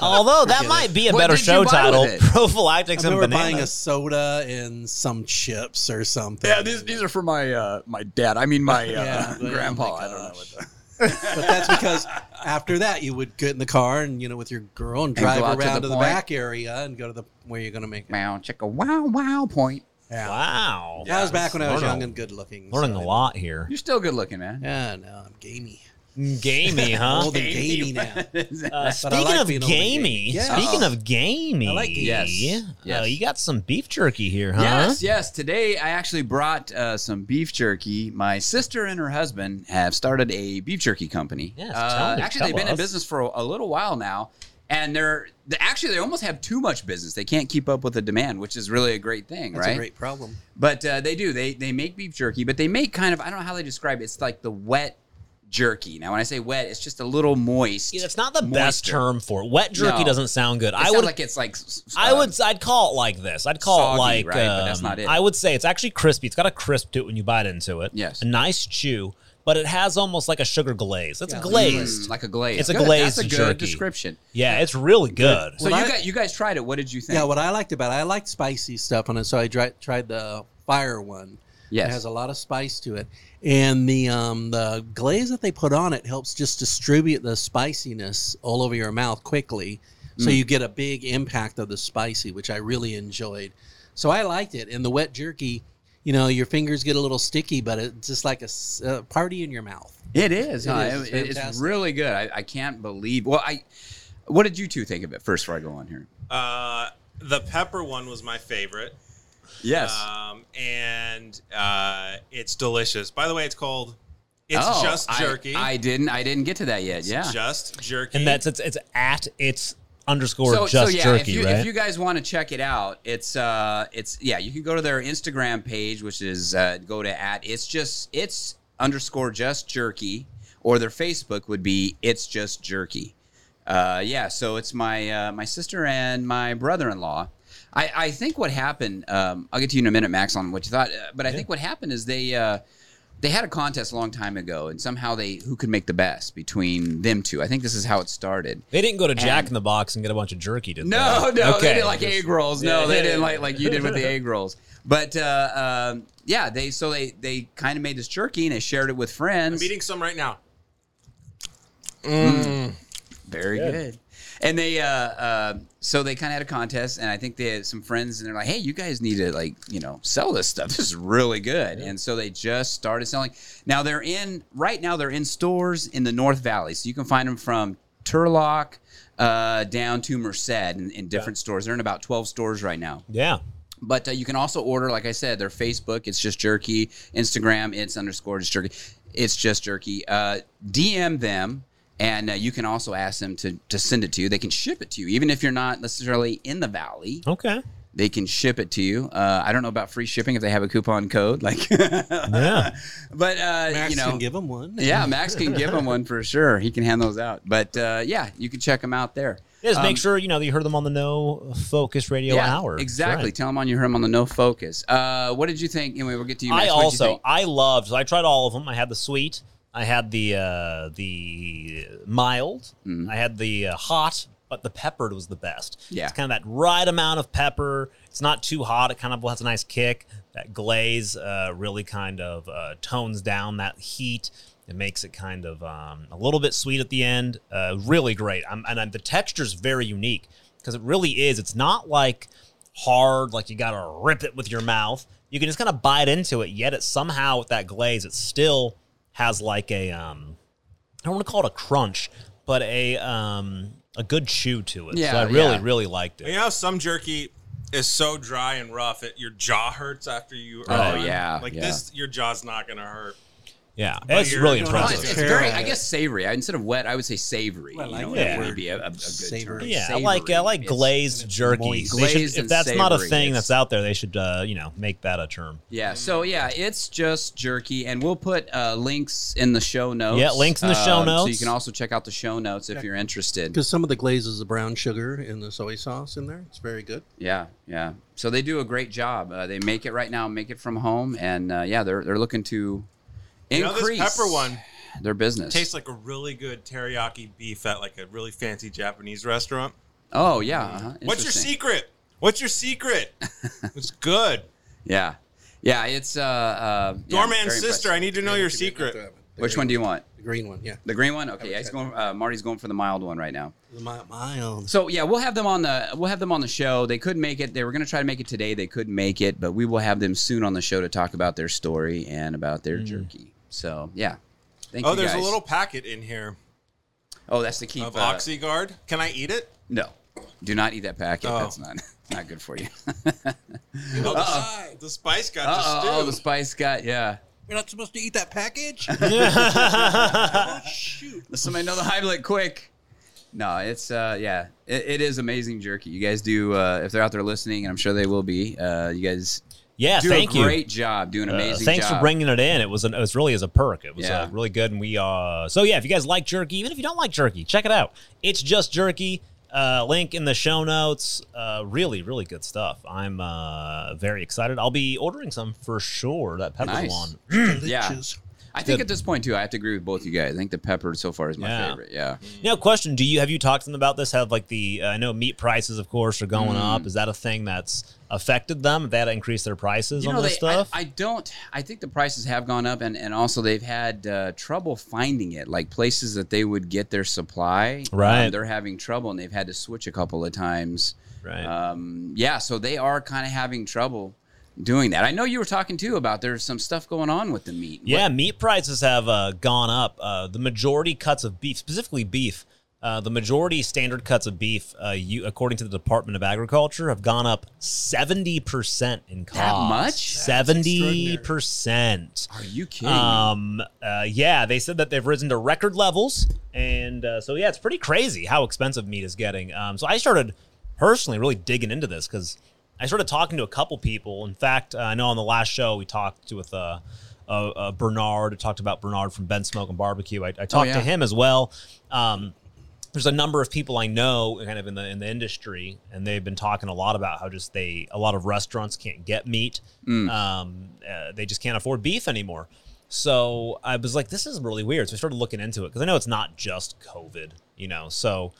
S2: Although that
S5: Forget
S2: might be a
S3: What
S2: better
S3: did you
S2: show
S3: buy
S2: title,
S3: with
S2: <laughs>
S3: it?
S2: prophylactics
S5: I
S2: and
S5: remember buying a
S2: bananas.
S5: soda and some chips or something.
S3: Yeah, these, these are for my uh, my dad. I mean my uh,
S5: Yeah, but-
S3: grandpa.
S5: oh my
S3: I don't know. What
S5: gosh. but that's because after that you would get in the car and you know with your girl and
S3: And go
S5: drive
S3: out to
S5: around
S3: the
S5: to the,
S3: point.
S5: back area and go to the where you're gonna make it.
S3: wow, check a wow wow point.
S5: Yeah.
S2: Wow.
S5: that was back when I was
S2: Learning-
S5: young and good looking.
S2: Learning
S5: so
S2: a
S5: I-
S2: lot here.
S3: You're still good looking, man.
S5: Yeah, no, I'm gamey.
S2: <laughs> Gamey, huh?
S5: Old and gamey now.
S2: Uh,
S5: But I
S2: speaking
S5: like
S2: of
S5: being old and
S2: gamey,
S5: gamey. Yeah.
S2: speaking of gamey,
S5: I like gamey.
S3: Yes.
S2: uh,
S3: Yes.
S2: you got some beef jerky here, huh?
S3: Yes, yes. Today I actually brought uh, some beef jerky. My sister and her husband have started a beef jerky company.
S2: Yes,
S3: Uh,
S2: tell me,
S3: actually,
S2: tell
S3: they've been in
S2: us.
S3: business for a, a little while now, and they're, they actually they almost have too much business. They can't keep up with the demand, which is really a great thing,
S5: That's
S3: right?
S5: a great problem.
S3: But uh, they do. They they make beef jerky, but they make kind of I don't know how they describe it. It's like the wet jerky. Now, when I say wet, it's just a little moist.
S2: Yeah, That's not the best
S3: moisture.
S2: term for it. Wet jerky
S3: No.
S2: doesn't sound good.
S3: It
S2: I
S3: sounds
S2: would
S3: like it's like s- s-
S2: I
S3: uh,
S2: would I'd call it like this. I'd call it
S3: Soggy,
S2: like
S3: right? But that's
S2: um,
S3: not it.
S2: I would say it's actually crispy. It's got a crisp to it when you bite into it.
S3: Yes.
S2: A nice chew, but it has almost like a sugar glaze. It's
S5: Yeah.
S2: glazed.
S3: Mm, like a glaze.
S2: It's a
S3: Good. That's a
S2: glazed
S3: good
S2: jerky.
S3: description.
S2: Yeah, it's really good.
S3: So
S5: Well,
S3: you
S5: I-
S3: got you guys tried it. What did you think?
S5: Yeah, what I liked about it, I liked spicy stuff on it, so I dri- tried the fire one.
S3: Yes.
S5: It has a lot of spice to it. And the um, the glaze that they put on it helps just distribute the spiciness all over your mouth quickly. So
S2: Mm.
S5: you get a big impact of the spicy, which I really enjoyed. So I liked it. And the wet jerky, you know, your fingers get a little sticky, but it's just like a s- a party in your mouth.
S3: It is.
S5: It
S3: huh?
S5: is.
S3: It-
S5: It's
S3: It's,
S5: fantastic.
S3: really good. I, I can't believe. Well, I. What did you two think of it first before I go on here?
S4: Uh, the pepper one was my favorite.
S3: Yes.
S5: Uh,
S4: Um, and uh, it's delicious. By the way, it's called It's
S3: Oh,
S4: Just
S3: I-
S4: Jerky.
S3: I, didn't. I didn't get to that yet.
S4: It's
S3: Yeah.
S4: Just Jerky.
S2: and that's it's, it's at its underscore
S3: so,
S2: just
S3: so yeah,
S2: jerky,
S3: if you
S2: right?
S3: if you guys want to check it out, it's uh, it's yeah, you can go to their Instagram page, which is uh, go to at it's just it's underscore just jerky, or their Facebook would be it's just jerky. Uh, yeah, so it's my uh, my sister and my brother in law. I, I think what happened. Um, I'll get to you in a minute, Max, on what you thought. Uh, but I think what happened is they. Uh, they had a contest a long time ago, and somehow they who could make the best between them two. I think this is how it started.
S2: they didn't go to Jack
S3: and-
S2: in the Box and get a bunch of jerky, did
S3: No,
S2: they?
S3: no, they didn't like egg rolls. No, they didn't like like you did with the egg rolls. But uh, um, yeah, they so they they kind of made this jerky and they shared it with friends.
S4: I'm eating some right now.
S3: Very good. And they uh, uh, so they kind of had a contest, and I think they had some friends, and they're like, "Hey, you guys need to like you know sell this stuff. This is really good." And so they just started selling. Now they're in right now. They're in stores in the North Valley, so you can find them from Turlock uh, down to Merced in, in different stores. They're in about 12 stores right now.
S2: Yeah.
S3: But uh, you can also order, like I said, their Facebook. It's just jerky. Instagram. It's underscore just jerky. It's just jerky. Uh, DM them, and uh, you can also ask them to to send it to you. They can ship it to you, even if you're not necessarily in the valley. <laughs>
S2: Okay.
S3: They can ship it to you. Uh, I don't know about free shipping if they have a coupon code, <laughs> like,
S2: Yeah.
S3: but uh,
S5: Max
S3: you know,
S5: can give him one.
S3: yeah, Max can give him one for sure. He can hand those out. But uh, yeah, you can check them out there.
S2: Just
S3: Um,
S2: make sure you know that you heard them on the No Focus Radio Hour. That's
S3: Exactly.
S2: right.
S3: Tell him on you heard him on the No Focus. Uh, what did you think? Anyway, we'll get to you. Max.
S2: I
S3: What'd you
S2: also
S3: think?
S2: I loved. So I tried all of them. I had the sweet. I had the uh, the mild. I had the uh, hot, but the peppered was the best.
S3: Mm-hmm. Yeah.
S2: it's kind of that right amount of pepper. It's not too hot. It kind of has a nice kick. That glaze uh, really kind of uh, tones down that heat. It makes it kind of um, a little bit sweet at the end. Uh, really great. i and i the texture is very unique because it really is. It's not like hard, like you got to rip it with your mouth. You can just kind of bite into it, yet it somehow with that glaze, it still has like a um, I don't want to call it a crunch, but a um, a good chew to it. so
S3: Yeah,
S2: I really
S3: yeah.
S2: really liked it.
S4: You know, some jerky is so dry and rough, it, your jaw hurts after you.
S3: Oh,
S4: are done.
S3: yeah,
S4: like
S3: yeah.
S4: this, your jaw's not gonna hurt.
S2: Yeah,
S4: But
S2: it's
S4: you're
S2: really
S4: doing
S3: Well,
S4: awesome.
S3: it's,
S2: impressive.
S3: it's
S5: Sure.
S3: very, I guess, savory. I- Instead of wet, I would say savory.
S5: Well, I
S3: you know,
S5: like
S3: that
S2: that
S3: would
S5: word.
S3: be a, a, a good
S5: Savory.
S3: term.
S2: Yeah, I like I
S3: Savory.
S2: like
S3: It's-
S2: glazed jerky.
S5: moist.
S2: They should-
S3: Glazed
S2: if
S3: and
S2: that's not a
S3: savory,
S2: thing
S3: it's-
S2: that's out there, they should uh, you know make that a term. <laughs>
S3: Yeah, so yeah, it's just jerky, and we'll put uh, links in the show notes. Um,
S2: Yeah, links in the show
S3: So you
S2: notes.
S3: can also check out the show notes if you're interested.
S5: Because some of the glaze is the brown sugar and the soy sauce in there. It's very good.
S3: Yeah, yeah. So they do a great job. Uh, they make it right now, make it from home, and uh, yeah, they're they're looking to
S4: You know,
S3: increase
S4: this pepper one
S3: their business.
S4: tastes like a really good teriyaki beef at like a really fancy Japanese restaurant.
S3: oh yeah. Uh-huh.
S4: What's your
S3: Interesting.
S4: secret? What's
S3: <laughs>
S4: your secret? it's good.
S3: Yeah, yeah. It's uh, uh yeah,
S4: Doorman's
S3: very
S4: sister,
S3: impressive.
S4: I need to know your secret.
S3: Which one do you want?
S5: The green one, yeah.
S3: The green one. Okay, yeah, he's going. Uh, Marty's going for the mild one right now.
S5: The mi- mild.
S3: So yeah, we'll have them on the we'll have them on the show. They could make it. They were going to try to make it today. They couldn't make it, but we will have them soon on the show to talk about their story and about their jerky. So yeah, thank
S4: Oh,
S3: you.
S4: there's a
S3: guys.
S4: little packet in here
S3: Oh, that's the key.
S4: of OxyGuard. Can I eat it?
S3: No, do not eat that packet.
S4: Oh.
S3: That's not not good for you. <laughs>
S4: Oh, the, the spice got
S3: Uh-oh, oh,
S4: to
S3: the
S4: stew.
S3: spice got yeah.
S5: We're not supposed to eat
S3: <laughs>
S5: that package? oh, shoot.
S3: Let somebody know the Heimlich quick. No, it's uh yeah, it, it is amazing jerky. You guys do uh, if they're out there listening, and I'm sure they will be. Uh, you guys
S2: Yeah,
S3: do
S2: thank
S3: a
S2: you.
S3: great job, do an
S2: Uh,
S3: amazing.
S2: thanks
S3: job.
S2: for bringing it in. It was an, it was really as a perk. It was uh,
S3: Yeah.
S2: really good, and we uh so yeah. If you guys like jerky, even if you don't like jerky, check it out. It's just jerky. Uh, link in the show notes. Uh, really, really good stuff. I'm uh very excited. I'll be ordering some for sure. That pepper
S3: Nice.
S2: one.
S5: Delicious.
S3: I think
S2: The-
S3: at this point too, I have to agree with both you guys. I think the pepper so far is my
S2: Yeah.
S3: favorite. Yeah.
S2: Now, question: Do you have you talked to them about this? Have like the uh, I know meat prices, of course, are going
S3: Mm.
S2: up. Is that a thing that's affected them? Have they had to increase their prices on
S3: they,
S2: this stuff?
S3: I, I don't. I think the prices have gone up, and, and also they've had uh, trouble finding it. Like places that they would get their supply, um,
S2: Right.
S3: they're having trouble, and they've had to switch a couple of times.
S2: right.
S3: Um, yeah, so they are kind of having trouble doing that. I know you were talking too about there's some stuff going on with the meat.
S2: Yeah, meat prices have uh, gone up. Uh, the majority cuts of beef, specifically beef, uh, the majority standard cuts of beef, uh, you, according to the Department of Agriculture, have gone up seventy percent in cost.
S3: much?
S2: Seventy percent.
S3: What- Are you kidding? me?
S2: Um. Uh, yeah, they said that they've risen to record levels, and uh, so yeah, it's pretty crazy how expensive meat is getting. Um. So I started personally really digging into this because I started talking to a couple people. In fact, uh, I know on the last show we talked to with uh, uh, uh Bernard. Talked about Bernard from Ben Smoke and Barbecue. I, I talked
S3: Oh, yeah.
S2: to him as well. Um there's a number of people I know kind of in the in the industry, and they've been talking a lot about how just they a lot of restaurants can't get meat. Um, uh, they just can't afford beef anymore. So I was like, this is really weird. So I started looking into it because I know it's not just COVID, you know. So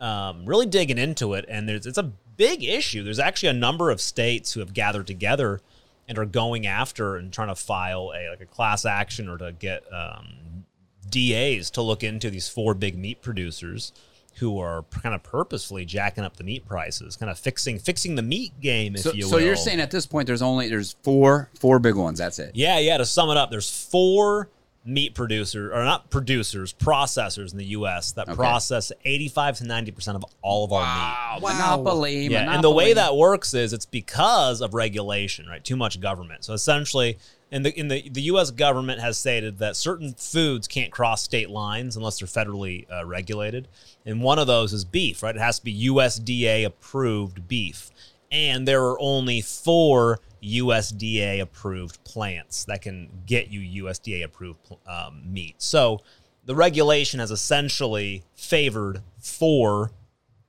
S2: um, really digging into it, and there's it's a big issue. There's actually a number of states who have gathered together and are going after and trying to file a like a class action or to get um, DAs to look into these four big meat producers who are p- kind of purposefully jacking up the meat prices, kind of fixing fixing the meat game, if
S3: so,
S2: you will.
S3: so you're saying at this point there's only there's four four big ones. That's it.
S2: Yeah, yeah. To sum it up, there's four meat producer or not producers, processors in the U.S. that
S3: Okay.
S2: process 85 to 90 percent of all of our meat.
S3: Wow. Monopoly.
S2: Yeah,
S3: monopoly.
S2: and the way that works is it's because of regulation, right? Too much government. So essentially, in the in the the U.S. government has stated that certain foods can't cross state lines unless they're federally uh, regulated, and one of those is beef, right? It has to be USDA approved beef, and there are only four USDA approved plants that can get you USDA approved um, meat. So the regulation has essentially favored four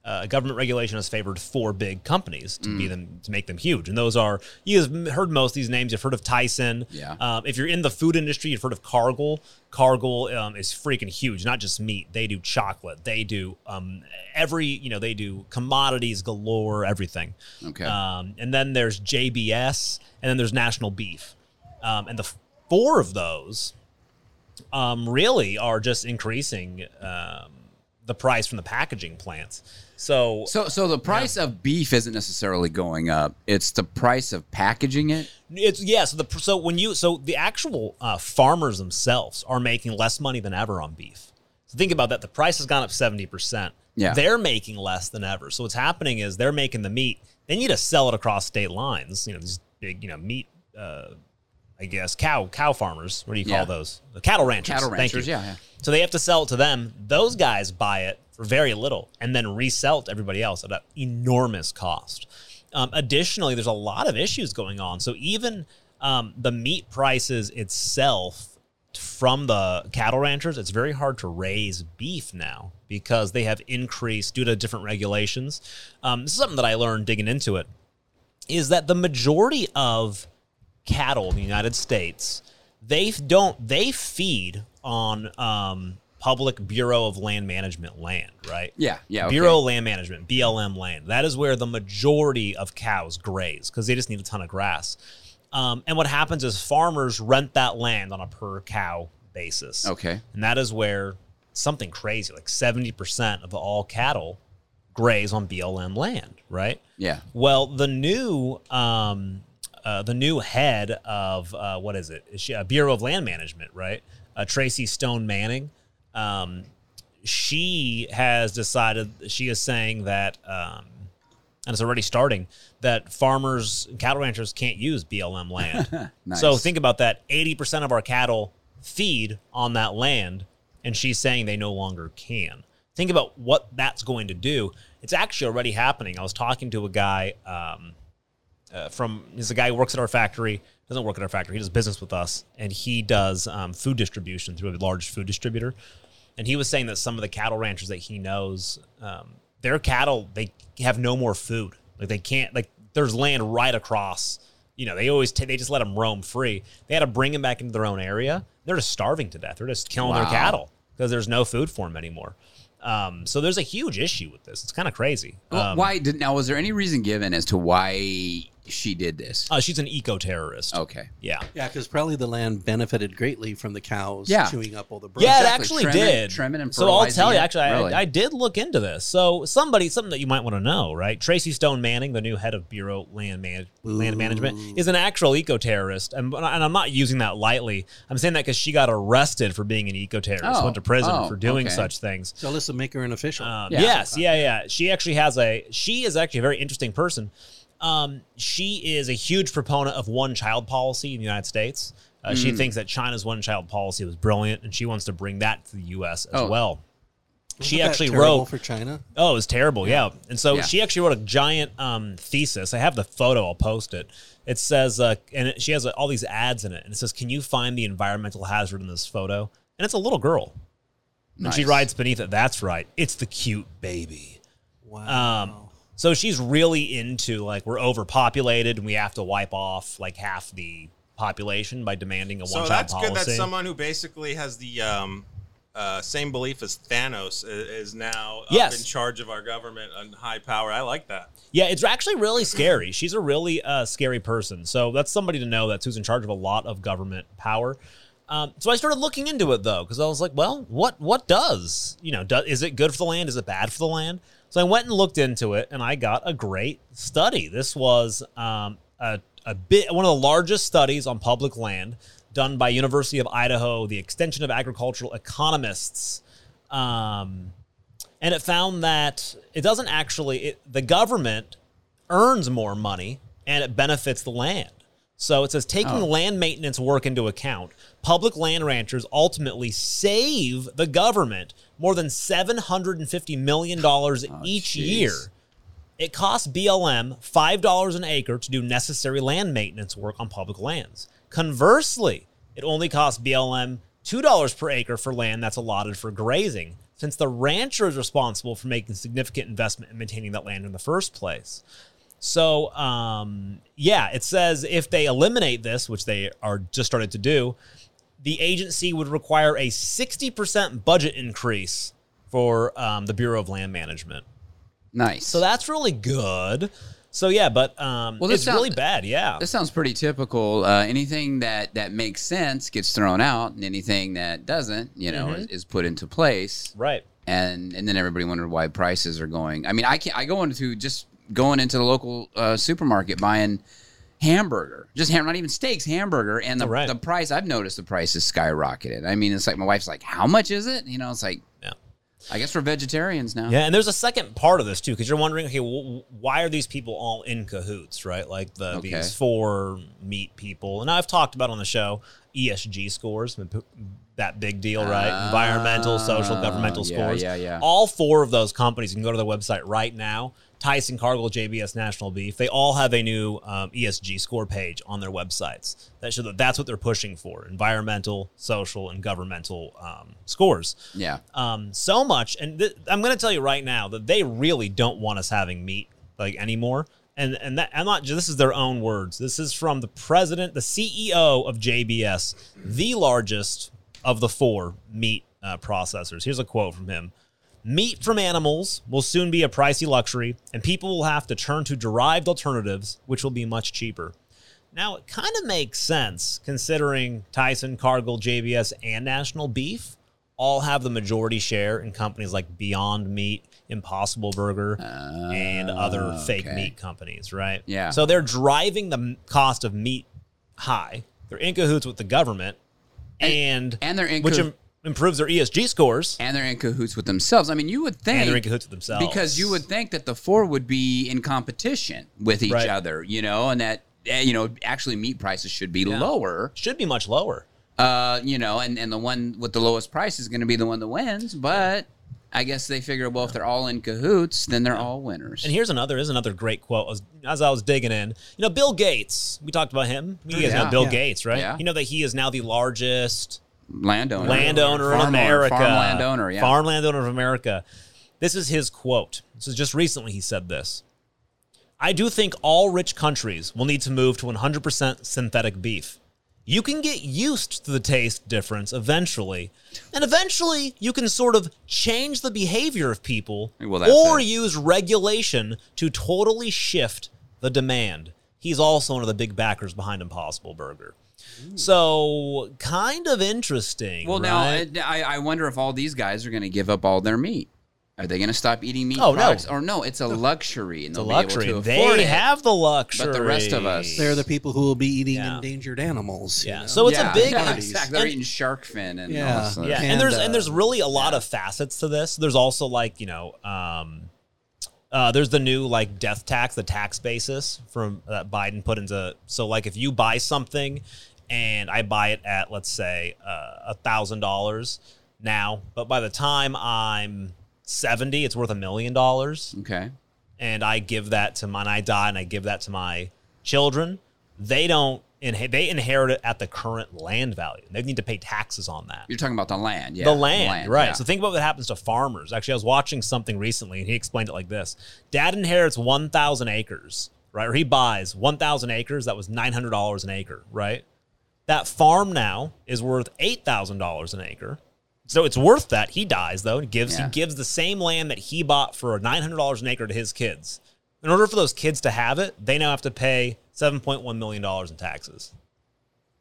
S2: uh, government regulation has favored four big companies to
S3: Mm.
S2: be them to make them huge, and those are you have heard most of these names. You've heard of Tyson.
S3: Yeah.
S2: Um, if you're in the food industry, you've heard of Cargill. Cargill um, is freaking huge. Not just meat. They do chocolate. They do um, every you know they do commodities galore. Everything.
S3: Okay.
S2: Um, and then there's JBS, and then there's National Beef, um, and the f- four of those um, really are just increasing um, the price from the packaging plants. So,
S3: So, so the price of beef isn't necessarily going up. It's the price of packaging it.
S2: it's yeah. So the so when you so the actual uh, farmers themselves are making less money than ever on beef. So think about that. The price has gone up seventy percent.
S3: Yeah.
S2: they're making less than ever. So what's happening is they're making the meat. They need to sell it across state lines. You know these big you know meat. Uh, I guess cow cow farmers. What do you call
S3: Yeah.
S2: those? The cattle ranchers.
S3: Cattle
S2: Thank you.
S3: ranchers, yeah, yeah.
S2: So they have to sell it to them. Those guys buy it for very little and then resell it to everybody else at an enormous cost. Um, additionally, there's a lot of issues going on. So even um, the meat prices itself from the cattle ranchers, it's very hard to raise beef now because they have increased due to different regulations. Um, this is something that I learned digging into it is that the majority of cattle in the United States they f- don't they feed on um, public Bureau of Land Management land, right?
S3: Yeah, yeah, okay.
S2: Bureau of Land Management (BLM) land. That is where the majority of cows graze because they just need a ton of grass. Um, and what happens is farmers rent that land on a per cow basis.
S3: Okay.
S2: And that is where something crazy, like 70% of all cattle graze on BLM land, right?
S3: Yeah.
S2: Well, the new um, uh, the new head of uh, what is it? Is she, uh, Bureau of Land Management, right? Uh, Tracy Stone Manning. Um, she has decided. She is saying that, um, and it's already starting that farmers, cattle ranchers can't use BLM land.
S3: Nice.
S2: So think about that. Eighty percent of our cattle feed on that land, and she's saying they no longer can. Think about what that's going to do. It's actually already happening. I was talking to a guy um, uh, from. He's a guy who works at our factory. Doesn't work at our factory. He does business with us, and he does um, food distribution through a large food distributor. And he was saying that some of the cattle ranchers that he knows, um, their cattle they have no more food. Like they can't. Like there's land right across. You know, they always ta they just let them roam free. They had to bring them back into their own area. They're just starving to death. They're just killing their
S3: Wow.
S2: cattle because there's no food for them anymore. Um, so there's a huge issue with this. It's kind of crazy.
S3: Well,
S2: Um,
S3: why did now? Was there any reason given as to why she did this?
S2: Uh, she's an eco terrorist.
S3: Okay.
S2: Yeah.
S5: Yeah, because probably the land benefited greatly from the cows
S3: Yeah.
S5: chewing up all the brush.
S2: Yeah, it
S3: Exactly.
S2: actually
S3: Trim it-
S2: did.
S3: trim it and
S2: so I'll tell you,
S3: fertilizing it,
S2: actually,
S3: really.
S2: I, I did look into this. So somebody, something that you might want to know, right? Tracy Stone Manning, the new head of Bureau Land Man- Land Management, is an actual eco terrorist, and, and I'm not using that lightly. I'm saying that because she got arrested for being an eco terrorist,
S3: Oh,
S2: went to prison
S3: oh,
S2: for doing
S3: okay.
S2: such things.
S5: So let's make her an official.
S2: Um,
S3: Yeah.
S2: Yes, yeah, yeah. She actually has a. She is actually a very interesting person. Um, she is a huge proponent of one-child policy in the United States. Uh, She thinks that China's one-child policy was brilliant, and she wants to bring that to the U.S. as
S3: Oh.
S2: well. She
S5: Isn't that
S2: actually
S5: terrible
S2: wrote.
S5: for China.
S2: Oh, it was terrible. Yeah. And so
S3: Yeah.
S2: she actually wrote a giant um, thesis. I have the photo. I'll post it. It says, uh, and it, she has uh, all these ads in it. And it says, can you find the environmental hazard in this photo? And it's a little girl. And she
S3: Nice.
S2: writes beneath it, that's right. It's the cute baby.
S5: Wow.
S2: Um, So she's really into like, we're overpopulated and we have to wipe off like half the population by demanding a
S4: So
S2: one-child
S4: that's
S2: policy.
S4: good that someone who basically has the um, uh, same belief as Thanos i- is, is now up
S2: Yes.
S4: in charge of our government and high power. I like that.
S2: Yeah, it's actually really scary. She's a really uh, scary person. So that's somebody to know that's who's in charge of a lot of government power. Um, so I started looking into it though, because I was like, well, what what does you know? Do, is it good for the land? Is it bad for the land? So I went and looked into it, and I got a great study. This was um, a a bit one of the largest studies on public land done by University of Idaho, the extension of agricultural economists. Um, and it found that it doesn't actually it, the government earns more money and it benefits the land so it says taking land maintenance work into account public land ranchers ultimately save the government more than $750 million each
S3: jeez.
S2: year it costs BLM $5 an acre to do necessary land maintenance work on public lands. Conversely, it only costs BLM $2 per acre for land that's allotted for grazing, since the rancher is responsible for making significant investment in maintaining that land in the first place. So, um, yeah, it says if they eliminate this, which they are just started to do, the agency would require a 60% budget increase for um, the Bureau of Land Management.
S3: Nice.
S2: So that's really good. So yeah, but um,
S3: Well, this
S2: it's
S3: sound-
S2: really bad. Yeah,
S3: This sounds pretty typical. Uh, anything that that makes sense gets thrown out, and anything that doesn't, you know,
S2: Mm-hmm.
S3: is, is put into place.
S2: right.
S3: And and then everybody wondered why prices are going. I mean, I can not I go into just going into the local uh, supermarket buying hamburger, just ham, not even steaks, hamburger, and the
S2: Right.
S3: the price. I've noticed the price has skyrocketed. I mean, it's like my wife's like, "How much is it?" You know, it's like,
S2: Yeah.
S3: I guess we're vegetarians now.
S2: Yeah, and there's a second part of this too, because you're wondering, okay, wh- wh- why are these people all in cahoots, right? Like the
S3: Okay.
S2: these four meat people, and I've talked about on the show ESG scores, the p- that big deal, right? Environmental, social,
S3: Ah,
S2: governmental
S3: Oh, yeah,
S2: scores.
S3: yeah, yeah.
S2: All four of those companies you can go to their website right now. Tyson Cargill, JBS National Beef, they all have a new um, ESG score page on their websites. That show that that's what they're pushing for: environmental, social, and governmental um, scores
S3: Yeah.
S2: um, so much. And th- I'm going to tell you right now that they really don't want us having meat like anymore. And and that I'm not. This is their own words. This is from the president, the CEO of JBS, the largest of the four meat uh, processors. Here's a quote from him. Meat from animals will soon be a pricey luxury, and people will have to turn to derived alternatives, which will be much cheaper. Now, it kind of makes sense considering Tyson, Cargill, JBS, and National Beef all have the majority share in companies like Beyond Meat, Impossible Burger, and other fake
S3: Oh, okay.
S2: meat companies, right?
S3: Yeah.
S2: So they're driving the m- cost of meat high. They're in cahoots with the government, and,
S3: and they're in
S2: which
S3: cahoo-
S2: im- improves their ESG scores.
S3: And they're in cahoots with themselves. I mean, you would think
S2: And they're in cahoots with themselves
S3: because you would think that the four would be in competition with each
S2: Right.
S3: other, you know, and that eh, you know actually meat prices should be lower,
S2: should be much lower.
S3: uh, you know, and and the one with the lowest price is going to be the one that wins, but. I guess they figure, well, if they're all in cahoots, then they're all winners.
S2: And here's another is another great quote as, as I was digging in. You know, Bill Gates. We talked about him. You guys
S3: Yeah,
S2: know Bill
S5: yeah.
S2: Gates, right?
S3: Yeah.
S2: You know that he is now the largest
S3: landowner,
S2: landowner in
S3: Farm owner,
S2: America.
S3: farmland owner, yeah.
S2: Farmland owner of America. This is his quote. This is just recently he said this. I do think all rich countries will need to move to 100% synthetic beef. You can get used to the taste difference eventually, and eventually you can sort of change the behavior of people
S3: Well, that's
S2: or
S3: it.
S2: use regulation to totally shift the demand. He's also one of the big backers behind Impossible Burger. So, kind of interesting.
S3: Well,
S2: right?
S3: now eh, I, I wonder if all these guys are going to give up all their meat. Are they going to stop eating meat
S2: Oh, no.
S3: products? Or no, it's a luxury. And
S2: the
S3: they'll
S2: luxury.
S3: Be able to afford
S2: They
S3: it.
S2: have the luxury.
S3: But the rest of us-
S5: They're the people who will be eating
S2: Yeah.
S5: endangered animals. you
S2: Yeah.
S5: know?
S2: So it's
S3: Yeah,
S2: a big.
S3: yeah, exactly. They're
S2: and-
S3: eating shark fin and
S5: Yeah.
S3: all this stuff.
S2: yeah, and,
S5: And,
S2: there's
S5: uh,
S2: and there's really a lot of facets to this. There's also like you know, um, uh, there's the new like death tax, the tax basis from that Biden put into. So like if you buy something, and I buy it at let's say uh, a thousand dollars now, but by the time I'm seventy, it's worth a million dollars.
S3: Okay.
S2: and I give that to my, and I die and I give that to my children, they don't, inhe- they inherit it at the current land value. They need to pay taxes on that.
S3: You're talking about the land. Yeah.
S2: the land, right?
S3: yeah.
S2: So think about what happens to farmers. Actually, I was watching something recently and he explained it like this Dad inherits 1,000 acres, right? Or he buys 1,000 acres. That was $900 an acre, right? That farm now is worth $8,000 an acre. So it's worth that. He dies though. And gives
S3: Yeah.
S2: he gives the same land that he bought for nine hundred dollars an acre to his kids. In order for those kids to have it, they now have to pay seven point one million dollars in taxes.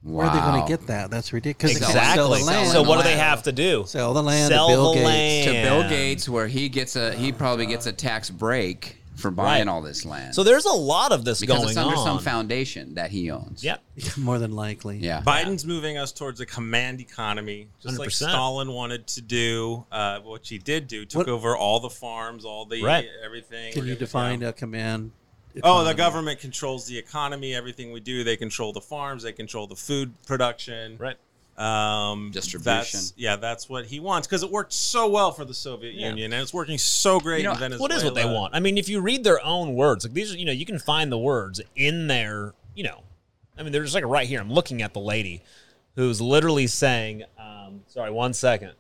S5: Where are they going
S3: Wow.
S5: to get that? That's ridiculous. They can't Sell
S2: Exactly.
S5: the land.
S2: So what do
S3: the
S2: they
S3: land.
S2: have to do?
S5: Sell the land to
S2: Sell
S5: Bill
S2: the
S5: Gates.
S2: land
S3: to Bill Gates, where he gets a he probably gets a tax break for buying
S2: Right.
S3: all this land.
S2: So there's a lot of this
S3: because
S2: going
S3: it's under
S2: on.
S3: some foundation that he owns.
S2: Yep.
S5: <laughs> More than likely.
S3: Yeah.
S4: Biden's moving us towards a command economy, just like
S2: 100%.
S4: Stalin wanted to do, uh, which he did do, took
S5: What-
S4: over all the farms, all the
S2: Right.
S4: everything.
S5: Can
S4: We're
S5: you
S4: gonna
S5: define
S4: go-
S5: a command?
S4: Oh,
S5: economy?
S4: the government controls the economy. Everything we do, they control the farms. They control the food production.
S2: Right.
S4: Um,
S3: Distribution.
S4: that's- yeah, that's what he wants because it worked so well for the Soviet
S2: Yeah.
S4: Union, and it's working so great
S3: You know,
S4: in Venezuela.
S2: What is what they want? I mean, if you read their own words, like these, are, you know, you can find the words in their, you know, I mean, they're just like right here. I'm looking at the lady who's literally saying, um, sorry, one second.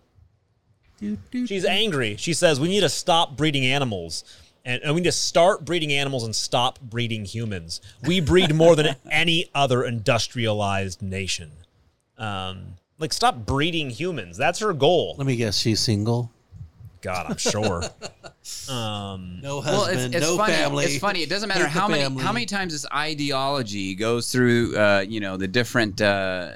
S2: She's angry. She says, we need to stop breeding animals. And, and we need to start breeding animals and stop breeding humans. We breed more
S5: <laughs>
S2: than any other industrialized nation. Um, like, stop breeding humans. That's her goal.
S5: Let me guess. She's single.
S2: God, I'm
S5: <laughs>
S2: sure. um,
S5: No
S3: Well,
S5: husband.
S3: it's, it's
S5: no
S3: funny.
S5: family.
S3: It's funny. It doesn't
S5: Hate
S3: matter
S5: the
S3: how many
S5: family.
S3: how many times this ideology goes through, uh, you know, the different uh,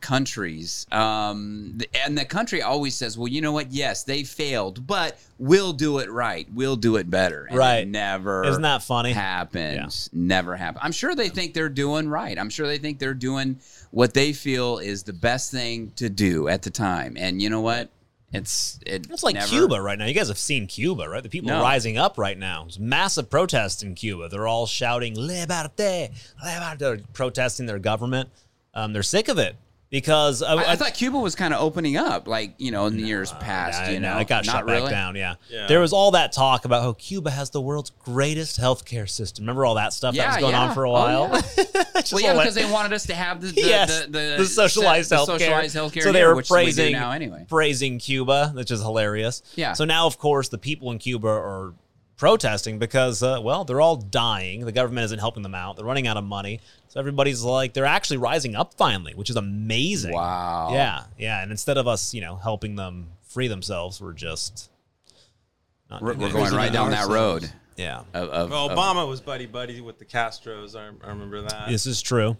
S3: countries, um, the- and the country always says, "Well, you know what? Yes, they failed, but we'll do it right. We'll do it better." And
S2: Right.
S3: It never.
S2: Isn't that funny?
S3: Happens. Never happen. I'm sure they think they're doing right. I'm sure they think they're doing what they feel is the best thing to do at the time. And you know what? It's it
S2: It's like
S3: never-
S2: Cuba right now. You guys have seen Cuba, right? The people
S3: No.
S2: rising up right now. There's massive protests in Cuba. They're all shouting "Liberté, liberté," They're protesting their government. Um, they're sick of it because uh,
S3: I, I thought Cuba was kind of opening up, like you know, in the years past.
S2: I
S3: you know,
S2: it got
S3: Not
S2: shut
S3: really.
S2: back down. Yeah.
S4: Yeah.
S2: there was all that talk about how Cuba has the world's greatest healthcare system. Remember all that stuff that
S3: Yeah,
S2: was going
S3: yeah.
S2: on for a
S3: Oh,
S2: while.
S3: yeah.
S2: It's <laughs> just
S3: Well, yeah,
S2: all
S3: because
S2: that-
S3: they wanted us to
S2: <laughs>
S3: have the the,
S2: yes,
S3: the, the,
S2: socialized
S3: the
S2: healthcare.
S3: socialized healthcare.
S2: So they
S3: here,
S2: were
S3: which we
S2: praising
S3: do now anyway.
S2: praising Cuba, which is hilarious.
S3: Yeah.
S2: So now, of course, the people in Cuba are protesting because, uh, well, they're all dying. The government isn't helping them out. They're running out of money. So everybody's like, they're actually rising up finally, which is amazing.
S3: Wow.
S2: Yeah, yeah. And instead of us, you know, helping them free themselves, we're just not
S3: We're,
S2: doing
S3: we're
S2: it.
S3: going right down that road.
S2: Yeah.
S3: Of, of,
S4: Well,
S3: of-
S4: Obama was buddy buddy with the Castros. I, I remember that.
S2: This is true.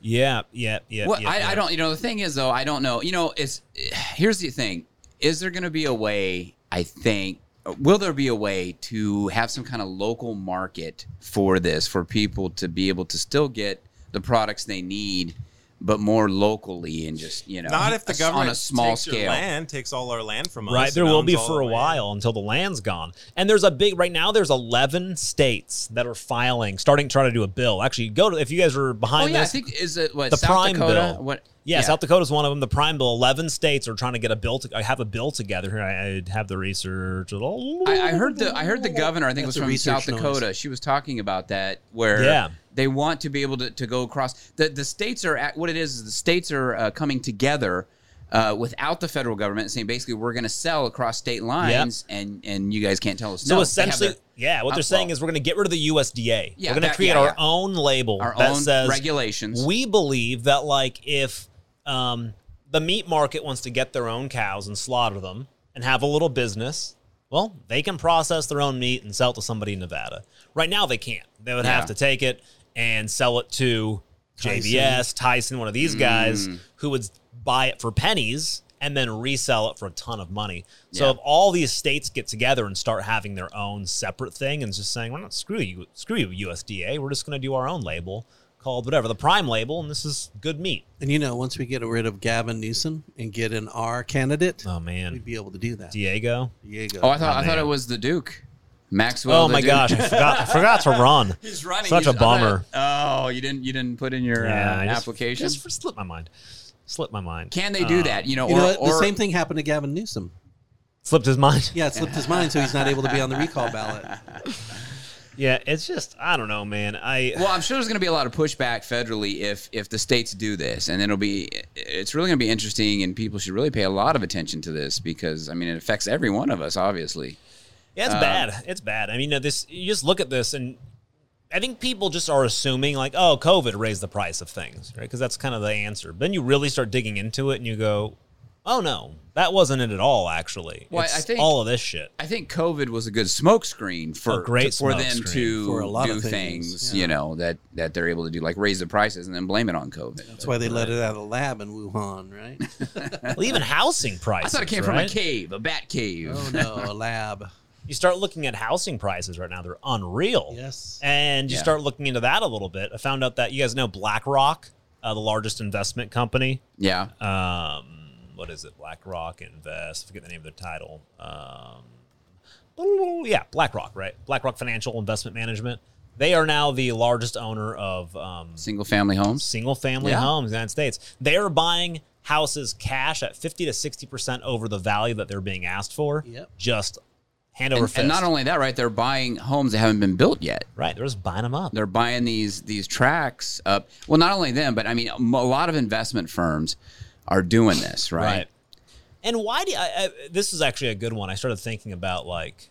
S2: Yeah, yeah, yeah.
S3: Well,
S2: yeah,
S3: I,
S2: yeah.
S3: I don't. You know, the thing is, though, I don't know. You know, it's here's the thing: is there going to be a way? I think will there be a way to have some kind of local market for this for people to be able to still get the products they need, but more locally and just you know,
S4: Not if
S3: a
S4: the
S3: s-
S4: government
S3: on a small
S4: takes Your
S3: scale.
S4: land takes all our land from us.
S2: Right, there
S4: and
S2: will
S4: owns
S2: be
S4: all
S2: for
S4: the
S2: a
S4: land.
S2: while until the land's gone. And there's a big right now. There's 11 states that are filing, starting to try to do a bill. Actually, go to if you guys are
S3: Oh
S2: behind
S3: yeah, I
S2: this.
S3: think is it what
S2: the
S3: South
S2: Prime
S3: Dakota?
S2: bill.
S3: What?
S2: yeah, South Dakota's one of them. The Prime Bill. 11 states are trying to get a bill. To, I have a bill together here. I, I have the research.
S3: I, I heard the I heard the governor. I think it was
S5: That's a
S3: from South
S5: research noise.
S3: Dakota. She was talking about that where
S2: Yeah.
S3: they want to be able to, to go across. The the states are at what it is. is The states are uh, coming together. Uh, without the federal government saying basically we're going to sell across state lines and and you guys can't tell us
S2: So
S3: no. They have
S2: essentially,
S3: their-
S2: yeah, what
S3: Uh,
S2: they're saying
S3: well-
S2: is we're going to get rid of the USDA.
S3: Yeah,
S2: we're going to
S3: that-
S2: create
S3: yeah,
S2: our
S3: yeah.
S2: own label
S3: our
S2: that
S3: own
S2: says
S3: regulations
S2: We believe that like if um, the meat market wants to get their own cows and slaughter them and have a little business, well, they can process their own meat and sell it to somebody in Nevada. Right now, they can't. They would have
S3: Yeah.
S2: to take it and sell it to JBS, Tyson, one of these guys who would buy it for pennies and then resell it for a ton of money. So
S3: Yeah.
S2: if all these states get together and start having their own separate thing and just saying, "We're not screw you, screw you USDA. We're just going to do our own label called whatever the Prime label, and this is good meat."
S5: And you know, once we get rid of Gavin Newsom and get an R candidate,
S2: Oh
S5: we'd
S2: man,
S5: be able to do that.
S2: Diego.
S5: Diego.
S3: oh I thought
S2: Oh,
S3: I thought
S2: man.
S3: it was the Duke Maxwell.
S2: Oh
S3: the
S2: my
S3: Duke.
S2: gosh, I forgot, I forgot to run.
S3: <laughs> He's running.
S2: Such
S3: He's-
S2: a
S3: I thought-
S2: bummer.
S3: oh, you didn't you didn't put in your uh,
S2: I just-
S3: application.
S2: just, slipped my mind. Slipped my mind.
S3: Can they do
S2: Uh,
S3: that? You know,
S5: you
S3: or,
S5: know what?
S3: or
S5: the same thing happened to Gavin Newsom.
S2: Slipped his mind.
S3: <laughs>
S5: Yeah, it slipped his mind, so he's not able to be on the recall ballot.
S2: Yeah, it's just I don't know, man. I
S3: Well, I'm sure there's going to be a lot of pushback federally if if the states do this, and it'll be it's really going to be interesting, and people should really pay a lot of attention to this because I mean it affects every one of us, obviously.
S2: Yeah,
S3: Um,
S2: it's bad. It's bad. I mean, no, this you just look at this, and I think people just are assuming like, oh, COVID raised the price of things, right? Because that's kind of the answer. But then you really start digging into it, and you go, oh no, that wasn't it at all. Actually,
S3: Well, I-
S2: It's
S3: I think-
S2: all of this shit.
S3: I think COVID was a good smokescreen for
S2: A great
S3: for them
S2: smokescreen
S3: to
S5: for a lot
S3: do
S5: of things,
S3: things,
S5: yeah.
S3: you know that that they're able to do, like raise the prices and then blame it on COVID.
S5: That's why they let it out of the lab in Wuhan, right?
S3: <laughs>
S2: well, even housing
S3: I
S2: prices.
S3: thought it came from
S2: right?
S3: a cave, a bat cave.
S5: Oh no, a lab.
S2: you start looking at housing prices right now; they're unreal.
S5: Yes.
S2: And you
S3: Yeah.
S2: start looking into that a little bit. I found out that you guys know BlackRock, uh, the largest investment company.
S3: Yeah.
S2: Um, what is it? BlackRock Invest. I forget the name of their title. Um, yeah, BlackRock, right? BlackRock Financial Investment Management. They are now the largest owner of um,
S3: Single family homes.
S2: single family
S3: Yeah.
S2: homes in the United States. They are buying houses cash at 50 to 60% over the value that they're being asked for.
S5: Yep.
S2: Just hand over
S3: And,
S2: fist.
S3: and not only that, right? They're buying homes that haven't been built yet.
S2: right. They're just buying them up.
S3: They're buying these these tracks up. Well, not only them, but I mean, a lot of investment firms are doing this, right?
S2: And why do I, I, this is actually a good one. I started thinking about like,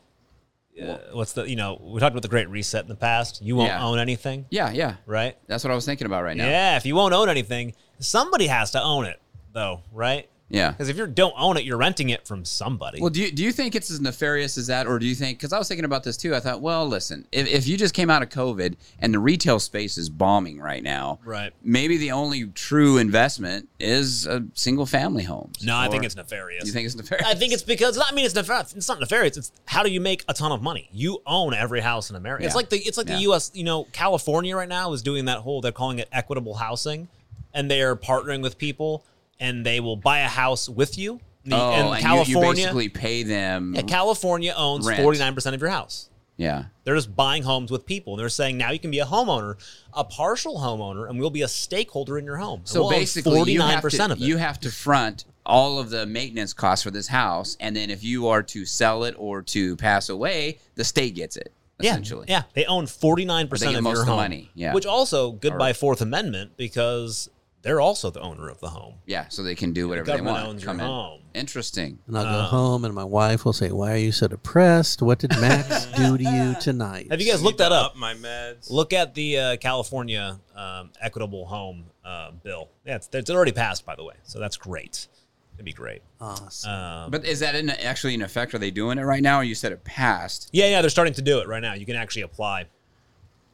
S2: uh, what's the, you know, we talked about the great reset in the past. You won't
S3: Yeah.
S2: own anything,
S3: Yeah, yeah.
S2: right?
S3: That's what I was thinking about right now.
S2: Yeah. If you won't own anything, somebody has to own it though, right?
S3: Yeah.
S2: Because if you don't own it, you're renting it from somebody.
S3: Well, do you, do you think it's as nefarious as that, or do you think? Because I was thinking about this too. I thought, well, listen, if, if you just came out of COVID and the retail space is bombing right now,
S2: Right.
S3: Maybe the only true investment is a single family homes.
S2: no, I think
S3: Or-
S2: it's nefarious.
S3: You think it's nefarious?
S2: I think it's because I mean it's nefarious. It's not nefarious. It's how do you make a ton of money? You own every house in America. It's
S3: Yeah.
S2: like the it's like the
S3: Yeah.
S2: U.S. You know, California right now is doing that whole. They're calling it equitable housing, and they are partnering with people, and they will buy a house with you. The-
S3: Oh,
S2: and
S3: and you- you,
S2: California,
S3: basically pay them.
S2: yeah, California owns
S3: Rent.
S2: forty nine percent of your house.
S3: yeah.
S2: They're just buying homes with people. They're saying now you can be a homeowner, a partial homeowner, and we'll be a stakeholder in your home.
S3: So basically,
S2: forty
S3: you
S2: nine
S3: have,
S2: percent
S3: to,
S2: of it.
S3: you have to front all of the maintenance costs for this house, and then if you are to sell it or to pass away, the state gets it. Essentially,
S2: Yeah, yeah. they own forty nine
S3: They
S2: percent
S3: get
S2: of
S3: most
S2: your
S3: of the
S2: home,
S3: money, yeah.
S2: which also good by Fourth Amendment because they're also the owner of the home.
S3: Yeah, So they can do whatever they
S2: government
S3: want.
S2: owns your
S3: in.
S2: home.
S3: Interesting.
S5: And I'll go home, and my wife will say, "Why are you so depressed? What did Max do to you tonight?"
S2: Have you guys looked that
S4: Up
S2: up?
S4: my meds.
S2: Look at the uh, California um, Equitable Home uh, Bill. Yeah, it's, it's already passed, by the way, so that's great. It'd be great.
S5: Awesome.
S2: Um,
S3: But is that in, actually in effect? Are they doing it right now? Or you said it passed.
S2: yeah, yeah, they're starting to do it right now. You can actually apply.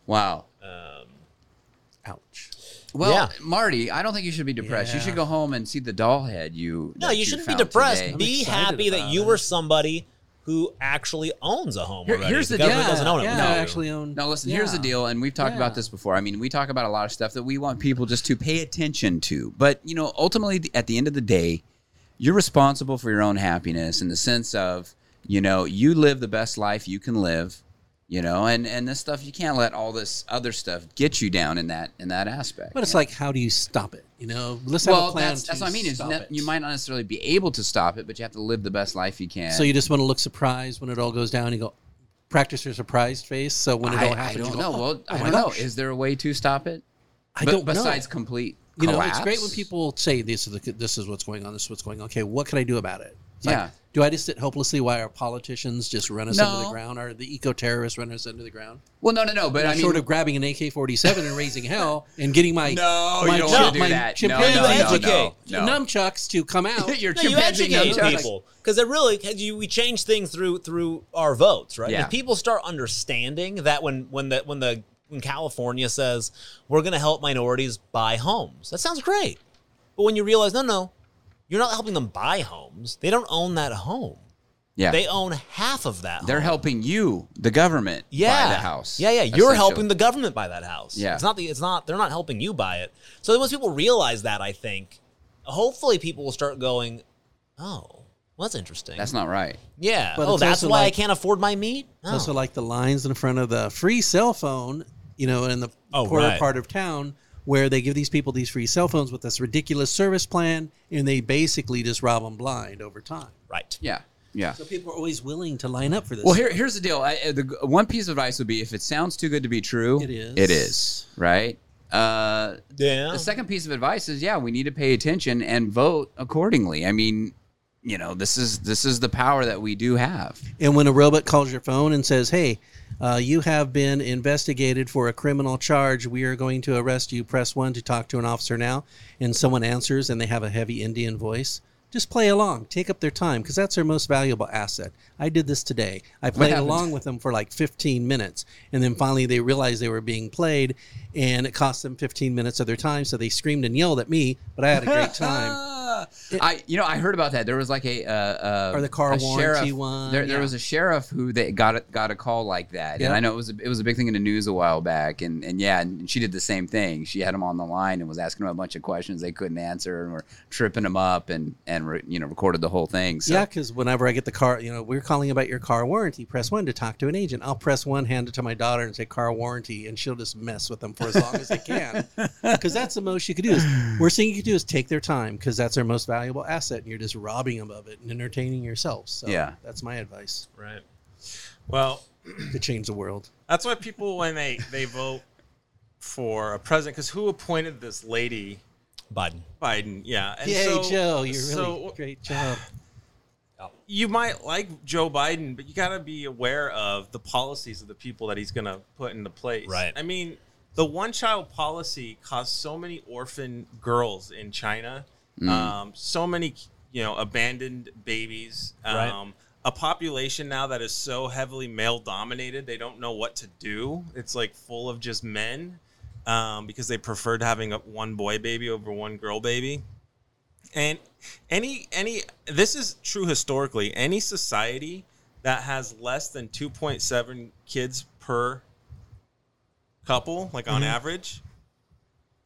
S3: Wow.
S2: Uh,
S5: Ouch.
S3: Well,
S2: Yeah.
S3: Marty, I don't think you should be depressed. You
S5: Yeah.
S3: should go home and see the doll head you.
S2: No,
S3: that
S2: you shouldn't be
S3: found
S2: depressed.
S3: today.
S5: I'm
S2: Be
S5: excited
S2: happy that
S5: about
S2: you
S5: it.
S2: were somebody who actually owns a home.
S3: Here-
S2: already.
S3: here's the
S2: government
S3: deal.
S2: doesn't own it.
S5: Yeah,
S2: No.
S5: I actually own.
S3: No, listen, here's the
S5: Yeah.
S3: deal, and we've talked about
S5: Yeah.
S3: this before. I mean, we talk about a lot of stuff that we want people just to pay attention to. But, you know, ultimately, th- at the end of the day, you're responsible for your own happiness in the sense of, you know, you live the best life you can live, you know, and and this stuff you can't let all this other stuff get you down in that in that aspect.
S5: But it's like, how do you stop it? You know, let's have
S3: well,
S5: a plan.
S3: that's,
S5: to
S3: that's what I mean. Is
S5: stop
S3: ne-
S5: it.
S3: you might not necessarily be able to stop it, but you have to live the best life you can.
S5: So you just want to look surprised when it all goes down. You go practice your surprised face. So when it
S3: I,
S5: all
S3: I
S5: happens,
S3: don't
S5: you
S3: know.
S5: go,
S3: Well, I
S5: oh, oh my
S3: don't know.
S5: gosh.
S3: Is there a way to stop it?
S5: I
S3: Be-
S5: don't know.
S3: besides complete
S5: you know,
S3: collapse?
S5: it's great when people say this is the, this is what's going on. This is what's going on. Okay, what can I do about it? It's
S3: Yeah.
S5: Like, do I just sit hopelessly while our politicians just run us under
S3: No.
S5: the ground, or the eco terrorists run us under the ground?
S3: Well, no, no, no. But I mean,
S5: short of grabbing an AK forty seven and raising hell and getting
S3: <laughs>
S5: my
S3: No, you
S5: my
S3: don't
S5: chim-
S3: wanna do
S5: my
S3: that. No,
S5: chimpanzee
S2: no, no,
S3: no, no.
S5: nunchucks to
S3: <laughs>
S5: come out.
S3: your
S2: No, you
S3: chimpanzee
S2: educate
S3: nunchucks.
S2: people because it really 'cause you, we change things through through our votes, right?
S3: Yeah.
S2: If people start understanding that when when the when the when California says we're going to help minorities buy homes, that sounds great. But when you realize, no, no, you're not helping them buy homes. They don't own that home.
S3: Yeah,
S2: They own half of that.
S3: they're
S2: home.
S3: helping you, the government,
S2: Yeah,
S3: buy the house.
S2: Yeah, yeah. You're
S3: essentially.
S2: helping the government buy that house.
S3: Yeah.
S2: it's not the it's not they're not helping you buy it. So once people realize that, I think hopefully people will start going, oh. Well, that's interesting.
S3: That's not right.
S2: Yeah.
S5: But
S2: oh,
S5: it's
S2: that's
S5: also
S2: why I
S5: like-
S2: can't afford my meat.
S5: It's
S2: Oh.
S5: also like the lines in front of the free cell phone, you know, in the
S2: Oh,
S5: poorer
S2: right.
S5: part of town where they give these people these free cell phones with this ridiculous service plan and they basically just rob them blind over time.
S2: right.
S3: Yeah, yeah.
S5: So people are always willing to line up for this.
S3: Well, here, here's the deal. I, uh, the g- one piece of advice would be: if it sounds too good to be true,
S5: It is. Oh.
S3: It is right. Uh,
S2: Yeah.
S3: the second piece of advice is: yeah, we need to pay attention and vote accordingly. I mean, you know, this is this is the power that we do have.
S5: And when a robot calls your phone and says, "Hey, uh, you have been investigated for a criminal charge. We are going to arrest you. Press one to talk to an officer now." And someone answers, and they have a heavy Indian voice. Just play along. Take up their time because that's their most valuable asset. I did this today. I played
S3: happened?
S5: along with them for like 15 minutes, and then finally they realized they were being played, and it cost them 15 minutes of their time. So they screamed and yelled at me, but I had a great time.
S3: I, you know, I heard about that. There was like a, uh, uh,
S5: Or the car
S3: a
S5: warranty
S3: sheriff.
S5: one,
S3: There, there
S5: yeah.
S3: was a sheriff who they got a, got a call like that,
S5: Yeah.
S3: and I know it was a, it was a big thing in the news a while back, and and yeah, and, and she did the same thing. She had him on the line and was asking him a bunch of questions they couldn't answer, and were tripping him up, and and re, you know recorded the whole thing. So
S5: Yeah, because whenever I get the car, you know, we're calling about your car warranty. Press one to talk to an agent. I'll press one, hand it to my daughter, and say car warranty, and she'll just mess with them for as long as
S4: <laughs>
S5: they can. Because that's the most you could do. Is worst thing you could do is take their time, because that's their most valuable asset, and you're just robbing them of it and entertaining yourself. So
S3: Yeah.
S5: that's my advice
S2: Right.
S4: Well,
S5: to change the world.
S4: That's why people when they they vote for a president because who appointed this lady
S2: Biden.
S4: Biden? Yeah, and
S5: Yay,
S4: so-
S5: Joe, you're really
S4: so
S5: great job.
S4: You might like Joe Biden, but you got to be aware of the policies of the people that he's going to put into place.
S2: Right.
S4: I mean, the one-child policy caused so many orphan girls in China,
S2: Mm.
S4: um, so many you know abandoned babies. Um,
S2: Right.
S4: A population now that is so heavily male dominated, they don't know what to do. It's like full of just men um, because they preferred having a one boy baby over one girl baby. And any any this is true historically. Any society that has less than 2.7 kids per couple, like on
S5: Mm-hmm.
S4: average,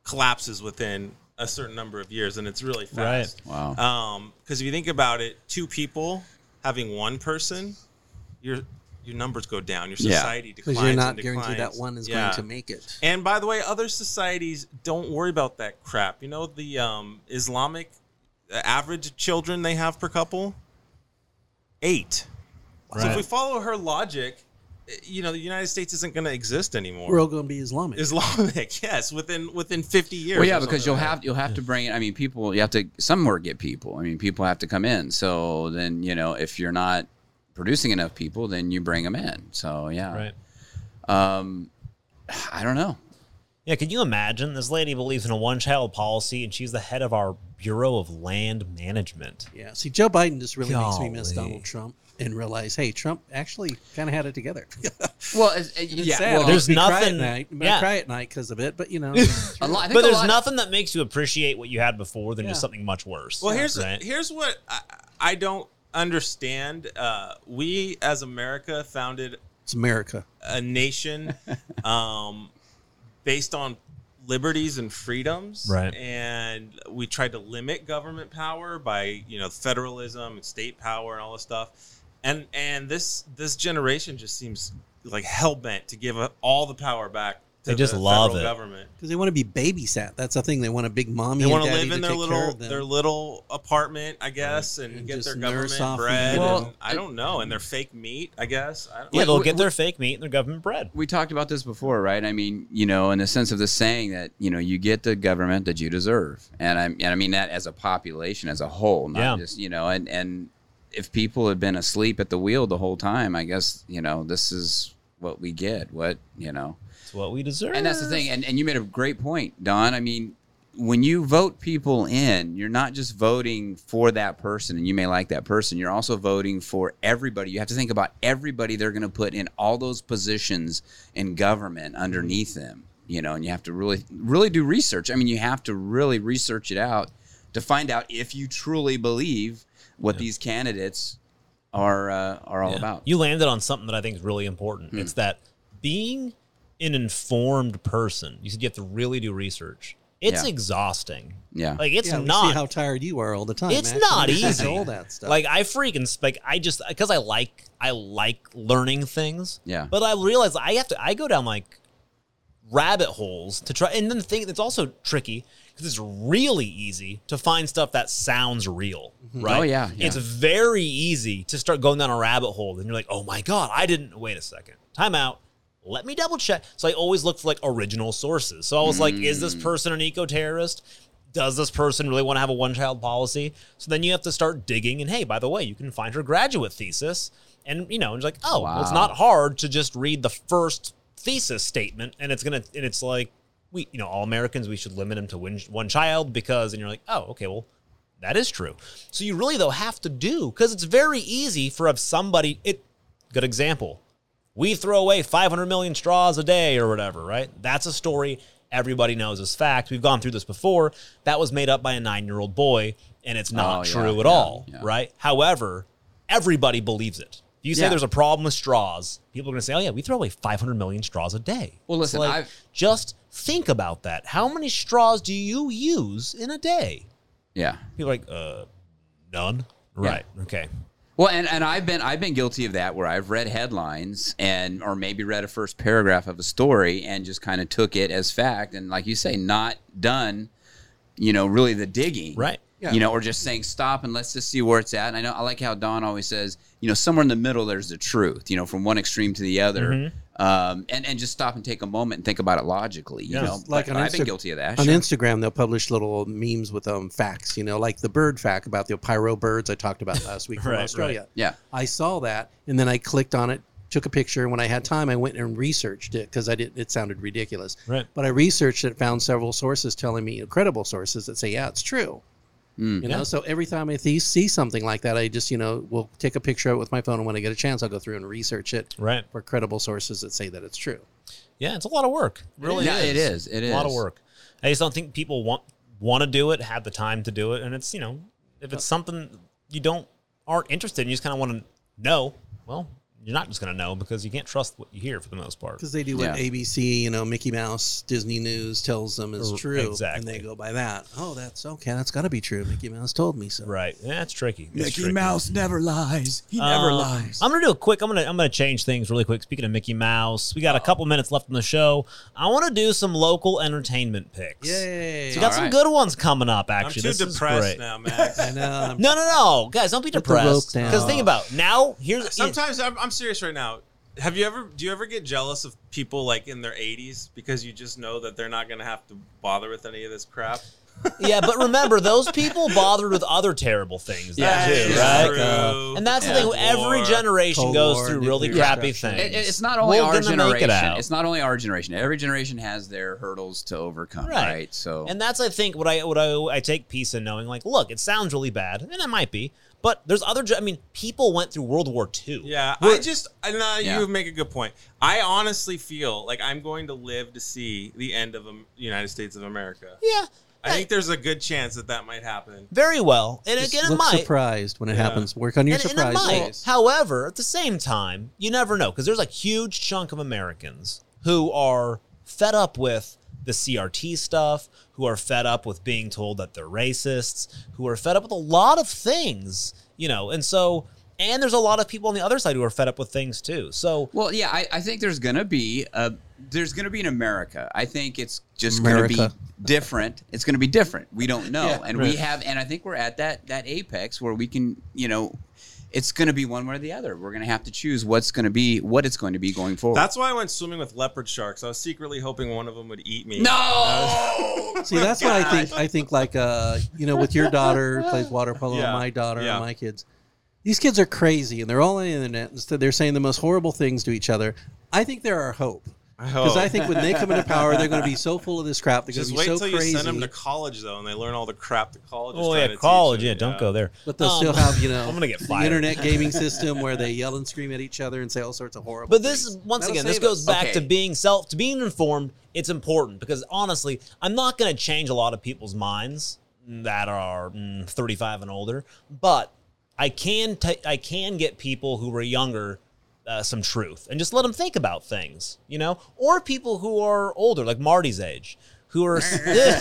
S4: collapses within a certain number of years, and it's really fast.
S3: wow,
S4: Um, because if you think about it, two people having one person, your your numbers go down. Your
S3: Yeah.
S4: society declines.
S5: Because you're not
S4: and
S5: guaranteed that
S4: declines.
S5: one is
S4: Yeah.
S5: going to make it.
S4: And by the way, other societies don't worry about that crap. You know the um, Islamic uh, average children they have per couple? Eight. So if
S2: Right.
S4: we follow her logic, eh, you know, the United States isn't going to exist anymore.
S5: We're all going to be Islamic.
S4: Islamic, <laughs> yes, within within 50 years.
S3: Well, yeah,
S4: or
S3: because
S4: something
S3: you'll
S4: like that.
S3: have you'll have to bring. in- I mean, people. You have to somewhere get people. I mean, people have to come in. So then, you know, if you're not producing enough people, then you bring them in. So
S5: Uh,
S3: yeah,
S2: Right.
S3: Um, I don't know.
S2: Yeah, can you imagine? This lady believes in a one child policy and she's the head of our Bureau of Land Management.
S5: Yeah. See, Joe Biden just really makes me miss
S2: Golly.
S5: Donald Trump and realize, hey, Trump actually kind of had it together. <laughs>
S3: Well, it's, it-
S5: It's
S3: yeah,
S5: sad.
S3: well,
S5: It
S2: There's
S5: makes me cry
S2: nothing-
S5: at night. I
S2: yeah.
S5: cry at night because of it, but
S2: <laughs>
S5: you know,
S3: a lot, I think
S2: But
S3: a
S2: there's
S3: lot-
S2: nothing that makes you appreciate what you had before than just
S5: Yeah.
S2: something much worse.
S4: Well, here's
S2: right?
S4: here's what I, I don't understand. Uh, we as America founded
S5: it's America.
S4: a
S5: <laughs>
S4: nation um, based on liberties and freedoms
S2: Right.
S4: and we tried to limit government power by you know federalism and state power and all this stuff and and this this generation just seems like hell-bent to give up all the power back to
S2: They just
S4: the
S2: love
S4: federal
S2: it.
S4: government
S5: Because they want to be babysat. That's the thing. They want a big mommy.
S4: they
S5: and
S4: want to
S5: daddy
S4: live in their
S5: take care
S4: little
S5: of them.
S4: their little apartment i guess and,
S5: And
S4: get their
S5: just nurse
S4: government
S5: off of
S4: bread
S5: you.
S4: and-
S3: Well,
S4: i don't know and their fake meat i guess I don't,
S2: yeah,
S3: Wait,
S2: they'll
S3: wait,
S2: get
S3: wait.
S2: their fake meat and their government bread.
S3: we talked about this before, right? I mean, you know, in the sense of the saying that you know you get the government that you deserve, and I and I mean that as a population as a whole, not
S2: Yeah.
S3: just you know, and and if people have been asleep at the wheel the whole time, I guess you know this is what we get. What you know,
S2: It's what we deserve.
S3: and that's the thing. And and you made a great point, Don. I mean. When you vote people in, you're not just voting for that person, and you may like that person. You're also voting for everybody. You have to think about everybody they're going to put in all those positions in government underneath them. You know, and you have to really, really do research. I mean, you have to really research it out to find out if you truly believe what these candidates are uh, are all about. Hmm.
S2: You landed on something that I think is really important. It's that being an informed person, you said you have to really do research. It's
S3: Yeah.
S2: exhausting.
S3: yeah,
S2: Like it's
S5: yeah, we
S2: not
S5: see how tired you are all the time.
S2: It's
S5: Matt.
S2: not
S5: You just
S2: easy.
S5: All that stuff.
S2: Like I freaking sp- like I just because I like I like learning things.
S3: Yeah.
S2: But I realize I have to I go down like rabbit holes to try and then the thing that's also tricky because it's really easy to find stuff that sounds real. Right.
S3: Oh, yeah, yeah.
S2: It's very easy to start going down a rabbit hole and you're like, oh my God, I didn't wait a second. Time out. Let me double check. So I always look for like original sources. So I was like, is
S3: Hmm.
S2: this person an eco terrorist? does this person really want to have a one child policy? So then you have to start digging. And hey, by the way, you can find her graduate thesis. And, you know, it's like, oh, well, it's
S3: Wow.
S2: not hard to just read the first thesis statement. And it's going to, and it's like, we, you know, all Americans, we should limit them to one, one child because, and you're like, oh, okay, well, that is true. So you really, though, have to do because it's very easy for if somebody, it, good example, we throw away 500 million straws a day or whatever, right? That's a story everybody knows as fact. We've gone through this before. That was made up by a nine year old boy, and it's not
S3: Oh, yeah,
S2: true at
S3: yeah,
S2: all, right?
S3: yeah.
S2: However, everybody believes it. If you say
S3: Yeah.
S2: there's a problem with straws, people are going to say, oh, yeah, we throw away 500 million straws a day.
S3: Well,
S2: It's
S3: listen,
S2: like,
S3: I've-
S2: just think about that. How many straws do you use in a day?
S3: Yeah.
S2: People are like, uh, none. Right. Okay.
S3: Well, and, and I've been I've been guilty of that where I've read headlines and or maybe read a first paragraph of a story and just kind of took it as fact and like you say, not done, you know, really the digging.
S2: Right.
S5: Yeah.
S3: You know, or just saying stop and let's just see where it's at. And I know I like how Don always says, you know, somewhere in the middle there's the truth, you know, from one extreme to the other.
S2: Mm-hmm.
S3: Um, and, and just stop and take a moment and think about it logically. You know,
S5: Like
S3: But
S5: on
S3: I've been
S5: Insta-
S3: guilty of that.
S5: On
S3: sure.
S5: Instagram, they'll publish little memes with um facts, you know, like the bird fact about the Opiro birds I talked about last week
S2: <laughs>
S5: from
S2: Right,
S5: Australia.
S3: Yeah.
S5: I saw that, and then I clicked on it, took a picture, and when I had time, I went and researched it because I did. It sounded ridiculous,
S2: Right.
S5: But I researched it, found several sources telling me credible sources that say, yeah, it's true. you know,
S2: Yeah.
S5: so every time I th- see something like that, I just you know will take a picture of it with my phone, and when I get a chance, I'll go through and research it
S2: Right.
S5: for credible sources that say that it's true.
S2: Yeah, it's a lot of work. It really
S3: Yeah,
S2: is.
S3: it is. It
S2: a lot of
S3: is.
S2: work. I just don't think people want want to do it, have the time to do it, and it's you know, if it's something you don't aren't interested, in, you just kind of want to know. Well, you're not just going to know because you can't trust what you hear for the most part.
S5: Because they do what
S3: Yeah.
S5: ABC, you know, Mickey Mouse, Disney News tells them is
S2: R-
S5: true,
S2: exactly.
S5: and they go by that. Oh, that's okay. That's got to be true. Mickey Mouse told me so.
S2: Right? Yeah, it's tricky. It's tricky.
S6: Mouse never lies. He never
S2: Uh,
S6: lies.
S2: I'm gonna do a quick. I'm gonna I'm gonna change things really quick. Speaking of Mickey Mouse, we got a couple minutes left in the show. I want to do some local entertainment picks.
S5: Yay!
S2: So we got
S3: All
S2: some
S3: right.
S2: good ones coming up.
S4: I'm
S2: Actually,
S4: too
S2: This is
S4: depressed
S2: great.
S4: now, Max.
S5: <laughs> I know. I'm-
S2: No, no, no, guys, don't be
S5: the rope
S2: depressed.
S5: down.
S2: Because think about it. now.
S3: <laughs>
S2: Here's
S4: Sometimes I'm, I'm serious right now. Have you ever? Do you ever get jealous of people like in their 80s because you just know that they're not going to have to bother with any of this crap?
S2: yeah, but remember, those people bothered with other terrible things. though,
S3: Yeah,
S2: too,
S3: it's
S2: right?
S5: true.
S2: And that's the thing. Every generation
S5: Cold
S2: goes
S5: War,
S2: through really
S5: nuclear
S2: crappy
S5: destruction.
S2: things.
S3: It- it- it's not only
S2: We're
S3: our
S2: gonna make it
S3: generation.
S2: out.
S3: it's not only our generation. Every generation has their hurdles to overcome,
S2: Right.
S3: right? So
S2: And that's, I think, what I what I, I take peace in knowing. Like, look, it sounds really bad, and it might be, but there's other. ge- I mean, people went through World War II.
S4: Yeah, I just uh, nah,
S3: Yeah.
S4: you make a good point. I honestly feel like I'm going to live to see the end of um, the United States of America.
S2: yeah,
S4: I think there's a good chance that that might happen.
S2: very well. And
S5: Just
S2: again, it
S5: look
S2: might.
S5: surprised when it happens. Work on your
S2: And, and it
S5: surprise
S2: might.
S5: days.
S2: However, at the same time, you never know because there's a huge chunk of Americans who are fed up with the CRT stuff, who are fed up with being told that they're racists, who are fed up with a lot of things, you know, and so. And there's a lot of people on the other side who are fed up with things too. So
S3: Well, yeah, I, I think there's gonna be a there's gonna be an America. I think it's just gonna
S5: America.
S3: be different. It's gonna be different. We don't know,
S5: Yeah,
S3: and we
S5: right.
S3: have, and I think we're at that that apex where we can, you know, it's gonna be one way or the other. We're gonna have to choose what's gonna be what it's going to be going forward.
S4: That's why I went swimming with leopard sharks. I was secretly hoping one of them would eat
S2: <laughs>
S4: me.
S3: no.
S5: See, that's what I think. I think like uh, you know, with your daughter who plays water polo,
S4: Yeah,
S5: and my daughter
S4: yeah.
S5: and my kids. These kids are crazy, and they're all on the internet. Instead, they're saying the most horrible things to each other. I think they're our hope because <laughs> I think when they come into power, they're going to be so full of this crap. They're
S4: Just
S5: going to be
S4: wait
S5: so
S4: till
S5: crazy.
S4: you send them to college though, and they learn all the crap the college. is
S2: Oh
S4: trying
S2: yeah,
S4: to teach
S2: college.
S4: them.
S2: Yeah, don't go there.
S5: But they'll
S2: Um,
S5: still have, you know,
S2: I'm gonna get
S5: the
S2: fired.
S4: <laughs>
S5: internet gaming system where they yell and scream at each other and say all sorts of horrible.
S2: But this
S5: things.
S2: is once
S5: That'll
S2: again, this
S5: save
S2: goes
S5: us.
S2: back
S3: Okay.
S2: to being self, to being informed. It's important because honestly, I'm not going to change a lot of people's minds that are mm, 35 and older, but I can t- I can get people who were younger uh, some truth and just let them think about things, you know, or people who are older, like Marty's age, who
S5: <laughs>
S2: are.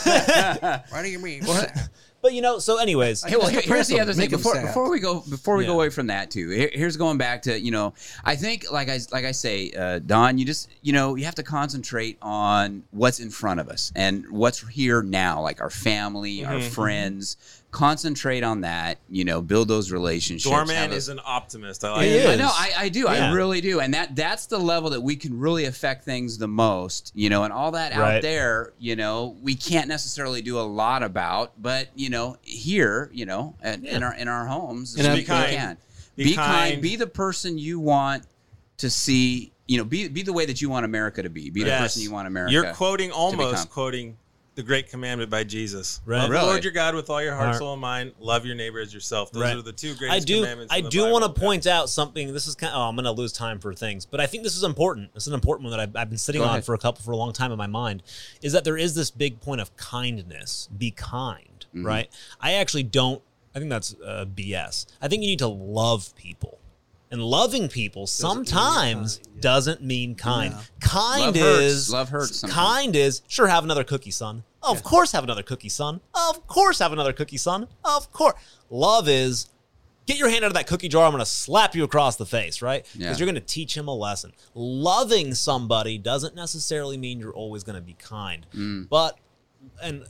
S5: What do you mean?
S2: <laughs> but you know, so anyways,
S3: Hey, well,
S5: Just
S3: here- here's
S5: depress
S3: the
S5: them,
S3: other thing.
S5: make 'em
S3: Before,
S5: sad.
S3: before we go, before we
S2: Yeah.
S3: go away from that too, here- here's going back to you know, I think like I like I say, uh, Don, you just you know you have to concentrate on what's in front of us and what's here now, like our family, our friends. Concentrate on that. You know, build those relationships.
S4: Dorman
S3: have a-
S4: is an optimist. I like.
S2: He
S4: it.
S2: is.
S3: I know, I, I do,
S2: Yeah.
S3: I really do, and that that's the level that we can really affect things the most, you know. And all that
S2: Right.
S3: out there, you know, we can't necessarily do a lot about, but you know, here, you know, at, in our in our homes,
S5: And I'm-
S3: we
S5: Be
S4: kind.
S3: can.
S4: Be
S3: Be,
S4: kind.
S3: kind. Be the person you want to see. You know, be be the way that you want America to be. Be the
S4: Yes.
S3: person you want America.
S4: You're quoting almost
S3: become.
S4: quoting the great commandment by Jesus.
S2: Right.
S4: Love
S3: Really?
S4: the Lord your God with all your heart,
S2: Right.
S4: soul, and mind. Love your neighbor as yourself. Those
S2: Right.
S4: are the two
S2: I
S4: greatest
S2: do.
S4: commandments.
S2: I
S4: in the
S2: do
S4: Bible.
S2: want to point out something. This is kind. Of, oh, I'm going to lose time for things, but I think this is important. This is an important one that I've, I've been sitting
S3: Go
S2: on
S3: ahead.
S2: for a couple for a long time in my mind. Is that there is this big point of kindness. Be kind,
S3: Mm-hmm.
S2: right? I actually don't. I think that's uh, BS. I think you need to love people, and loving people sometimes
S5: kind, yeah.
S2: doesn't mean kind. Kind
S3: Love hurts.
S2: is
S3: Love hurts sometimes.
S2: Kind is sure. Have another cookie, son. Of course, have another cookie, son. Of course, have another cookie, son. Of course, love is get your hand out of that cookie jar. I'm going to slap you across the face, right? Because
S3: Yeah.
S2: you're going to teach him a lesson. Loving somebody doesn't necessarily mean you're always going to be kind.
S3: Mm.
S2: But, and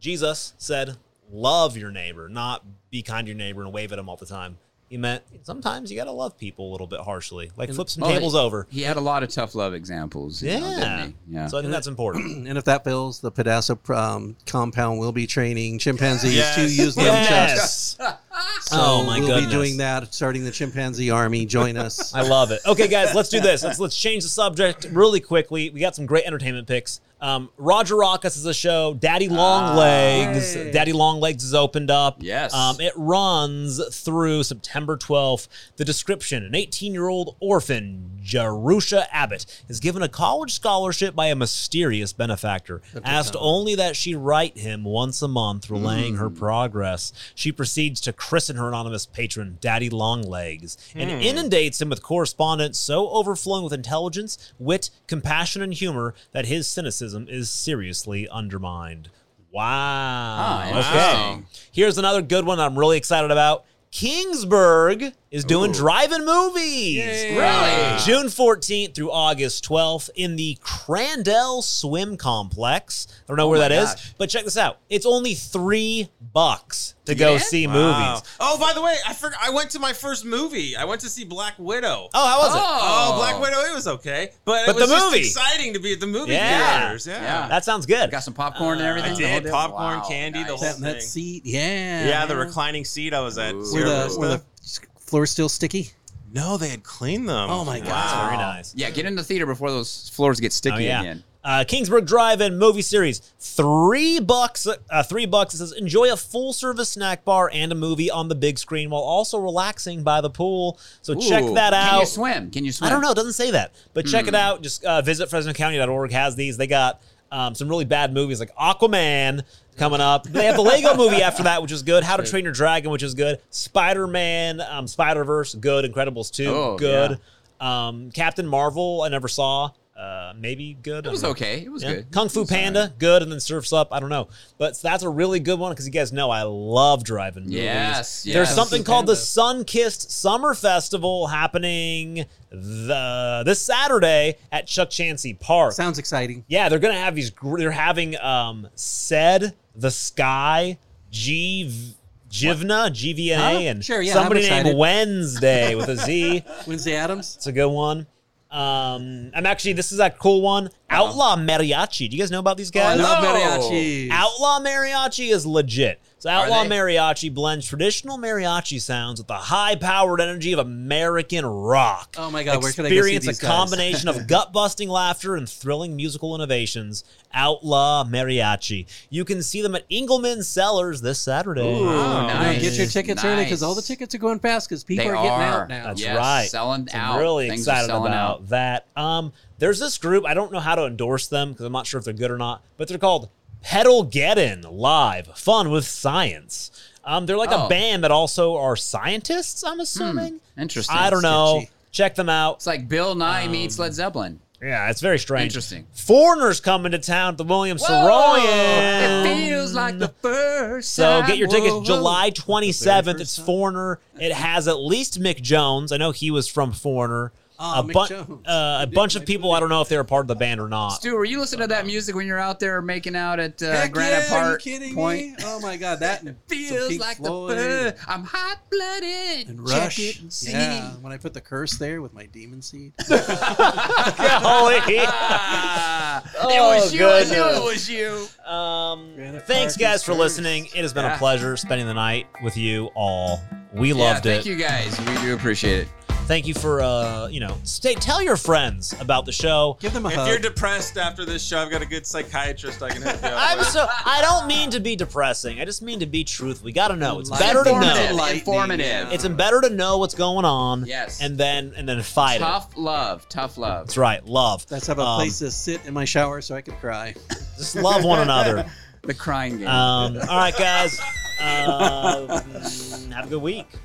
S2: Jesus said, love your neighbor, not be kind to your neighbor and wave at him all the time. He meant sometimes you got to love people a little bit harshly, like flip some
S3: Well,
S2: tables
S3: he-
S2: over.
S3: He had a lot of tough love examples. oh, you
S2: Yeah.
S3: know, didn't he? Yeah.
S2: So I think that's important.
S5: And if that fails, the Pedasa um, compound will be training chimpanzees
S4: Yes.
S5: to use nunchucks.
S2: yes. oh my
S5: we'll
S2: goodness.
S5: be doing that, starting the chimpanzee army. Join
S2: <laughs>
S5: us.
S2: I love it. Okay, guys, let's do this. Let's let's change the subject really quickly. We got some great entertainment picks. Um, Roger Rockus is a show. Daddy Long Legs. Daddy Long Legs is opened up.
S3: Yes.
S2: Um, it runs through September 12th. The description an 18 year old orphan, Jerusha Abbott, is given a college scholarship by a mysterious benefactor, asked only that she write him once a month, relaying her progress. She proceeds to christen her anonymous patron, Daddy Longlegs, and inundates him with correspondence so overflowing with intelligence, wit, compassion, and humor that his cynicism is seriously undermined. Wow.
S3: Ah,
S2: okay.
S3: interesting.
S2: Here's another good one I'm really excited about. Kingsburg is doing drive-in movies.
S3: Really?
S2: June 14th through August 12th in the Crandell Swim Complex. I don't know where that is,
S3: gosh.
S2: but check this out. It's only three bucks to go
S3: Yeah?
S2: see
S4: Wow.
S2: movies.
S4: Oh, by the way, I forgot. I went to my first movie. I went to see Black Widow.
S2: Oh, how was it?
S4: Oh, Black Widow, it was okay, but,
S2: But
S4: it was
S2: the
S4: just
S2: movie.
S4: exciting to be at the movie
S2: Yeah.
S4: theaters. Yeah,
S3: Yeah.
S2: That sounds good.
S3: Got some popcorn and everything.
S4: I
S3: the whole
S4: did
S3: deal?
S4: popcorn,
S3: Wow,
S4: candy, the
S3: nice.
S4: whole
S5: That, that
S4: thing.
S5: seat, yeah.
S4: Yeah, the reclining seat I was at.
S3: Ooh.
S5: Were
S4: Sierra
S5: the,
S4: Vista.
S5: were the floors still sticky?
S4: no, they had cleaned them.
S5: Oh my God.
S2: That's
S4: Wow.
S2: very nice.
S3: Yeah, get in the theater before those floors get sticky
S2: Oh, yeah.
S3: again.
S2: Uh, Kingsburg Drive-In movie series, three bucks. Uh, three bucks. It says enjoy a full-service snack bar and a movie on the big screen while also relaxing by the pool. So check
S3: Ooh,
S2: that out.
S3: Can you swim? Can you swim?
S2: I don't know. It doesn't say that. But check
S3: Hmm.
S2: it out. Just uh, visit FresnoCounty.org has these. They got um, some really bad movies like Aquaman coming up. They have the
S3: <laughs>
S2: Lego movie after that, which is good. How to Train Your Dragon, which is good. Spider Man, um, Spider Verse, good. Incredibles 2,
S3: Oh,
S2: good. Um, Captain Marvel, I never saw. Uh, maybe good.
S3: It was okay. It was
S2: Yeah.
S3: good.
S2: Kung Fu
S3: It was all
S2: Panda,
S3: right.
S2: good, and then Surfs Up. I don't know, but that's a really good one because you guys know I love driving. movies.
S3: Yes, yes.
S2: There's something called the
S5: Panda.
S2: Sun Kissed Summer Festival happening the this Saturday at Chuck Chansey Park.
S5: Sounds exciting.
S2: yeah, they're gonna have these. gr- They're having um said the sky G. Jivna, G V N A,
S5: Huh?
S2: and
S5: Sure, yeah, I'm
S2: somebody named
S5: excited.
S2: Wednesday with a
S5: <laughs>
S2: Z.
S5: Wednesday Adams.
S2: It's a good one. Um, I'm actually this is a cool one. Outlaw Mariachi. Do you guys know about these
S5: Uh-huh. Oh, I
S2: guys?
S5: love
S3: no.
S5: mariachi.
S2: Outlaw Mariachi is legit. So Outlaw
S3: they?
S2: Mariachi blends traditional mariachi sounds with the high-powered energy of American rock.
S5: Oh my God, where can I go see
S2: Experience
S5: these
S2: a
S5: guys? <laughs>
S2: combination of gut-busting laughter and thrilling musical innovations. Outlaw Mariachi. You can see them at Engelman Cellars this Saturday.
S3: Oh,
S5: You know,
S3: nice.
S5: Get your tickets early because all the
S3: Nice.
S5: tickets are going fast because people
S3: They
S5: are getting
S3: are.
S5: out now.
S2: That's
S3: Yes,
S2: right.
S3: selling
S2: So I'm
S3: out.
S2: really
S3: Things are
S2: excited
S3: selling
S2: about
S3: out.
S2: that. Um, there's this group. I don't know how to endorse them because I'm not sure if they're good or not, but they're called Pedal Geddon Live Fun with Science. Um, they're like a
S3: Oh. Hmm.
S2: band that also are scientists. I'm assuming.
S3: Interesting.
S2: I don't know.
S5: Sketchy.
S2: Check them out.
S3: It's like Bill Nye
S2: Um,
S3: meets Led Zeppelin.
S2: Yeah, it's very strange.
S3: Interesting.
S2: Foreigners coming to town at the William Saroyan.
S3: It feels like the first.
S2: So
S3: time.
S2: get your tickets
S3: Whoa, whoa.
S2: July
S5: The
S2: 27th.
S5: very
S2: It's
S5: first time.
S2: Foreigner. It has at least Mick Jones. I know he was from Foreigner.
S5: Ah,
S2: a
S5: Mick Jones.
S2: Uh, a bunch of people. I don't know if they were part of the band or not. <laughs>
S3: Stu, were you listening to that music when you're out there making out at uh,
S5: Heck
S3: Granite
S5: yeah,
S3: Park
S5: Are you kidding
S3: Point?
S5: me? Oh my God, that and some
S3: Feels
S5: Pink
S3: like
S5: Floyd
S3: the first. I'm hot blooded.
S5: and Rush.
S3: Check it and see.
S5: Yeah, when I put the curse there with my demon seed. <laughs>
S2: Golly.
S3: Ah, it
S2: <laughs> Oh,
S3: was you. I knew
S2: goodness.
S3: it was you.
S2: um,
S5: Granite
S2: thanks,
S5: Park
S2: guys,
S5: is
S2: for
S5: first.
S2: listening. It has been a
S3: Yeah.
S2: pleasure spending the night with you all. We
S3: yeah,
S2: loved
S3: thank
S2: it.
S3: you guys. We do appreciate it.
S2: Thank you for uh, you know, stay tell your friends about the show.
S5: Give them a
S4: If
S5: hug.
S4: you're depressed after this show, I've got a good psychiatrist I can help you out
S2: <laughs> I'm
S4: with.
S2: so I don't mean to be depressing. I just mean to be truthful. We gotta know. It's
S5: Light-
S2: better to
S3: Informative.
S2: know.
S5: Lightning,
S3: Informative.
S5: yeah.
S2: It's better to know what's going on.
S3: Yes.
S2: And then and then fight it.
S3: tough love. Tough love.
S2: That's right. Love.
S5: Let's have a
S2: Um,
S5: place to sit in my shower so I can cry.
S2: Just love one
S5: <laughs>
S2: another. Uh,
S3: The crying game.
S2: Um, all right, guys. Um, have a good week.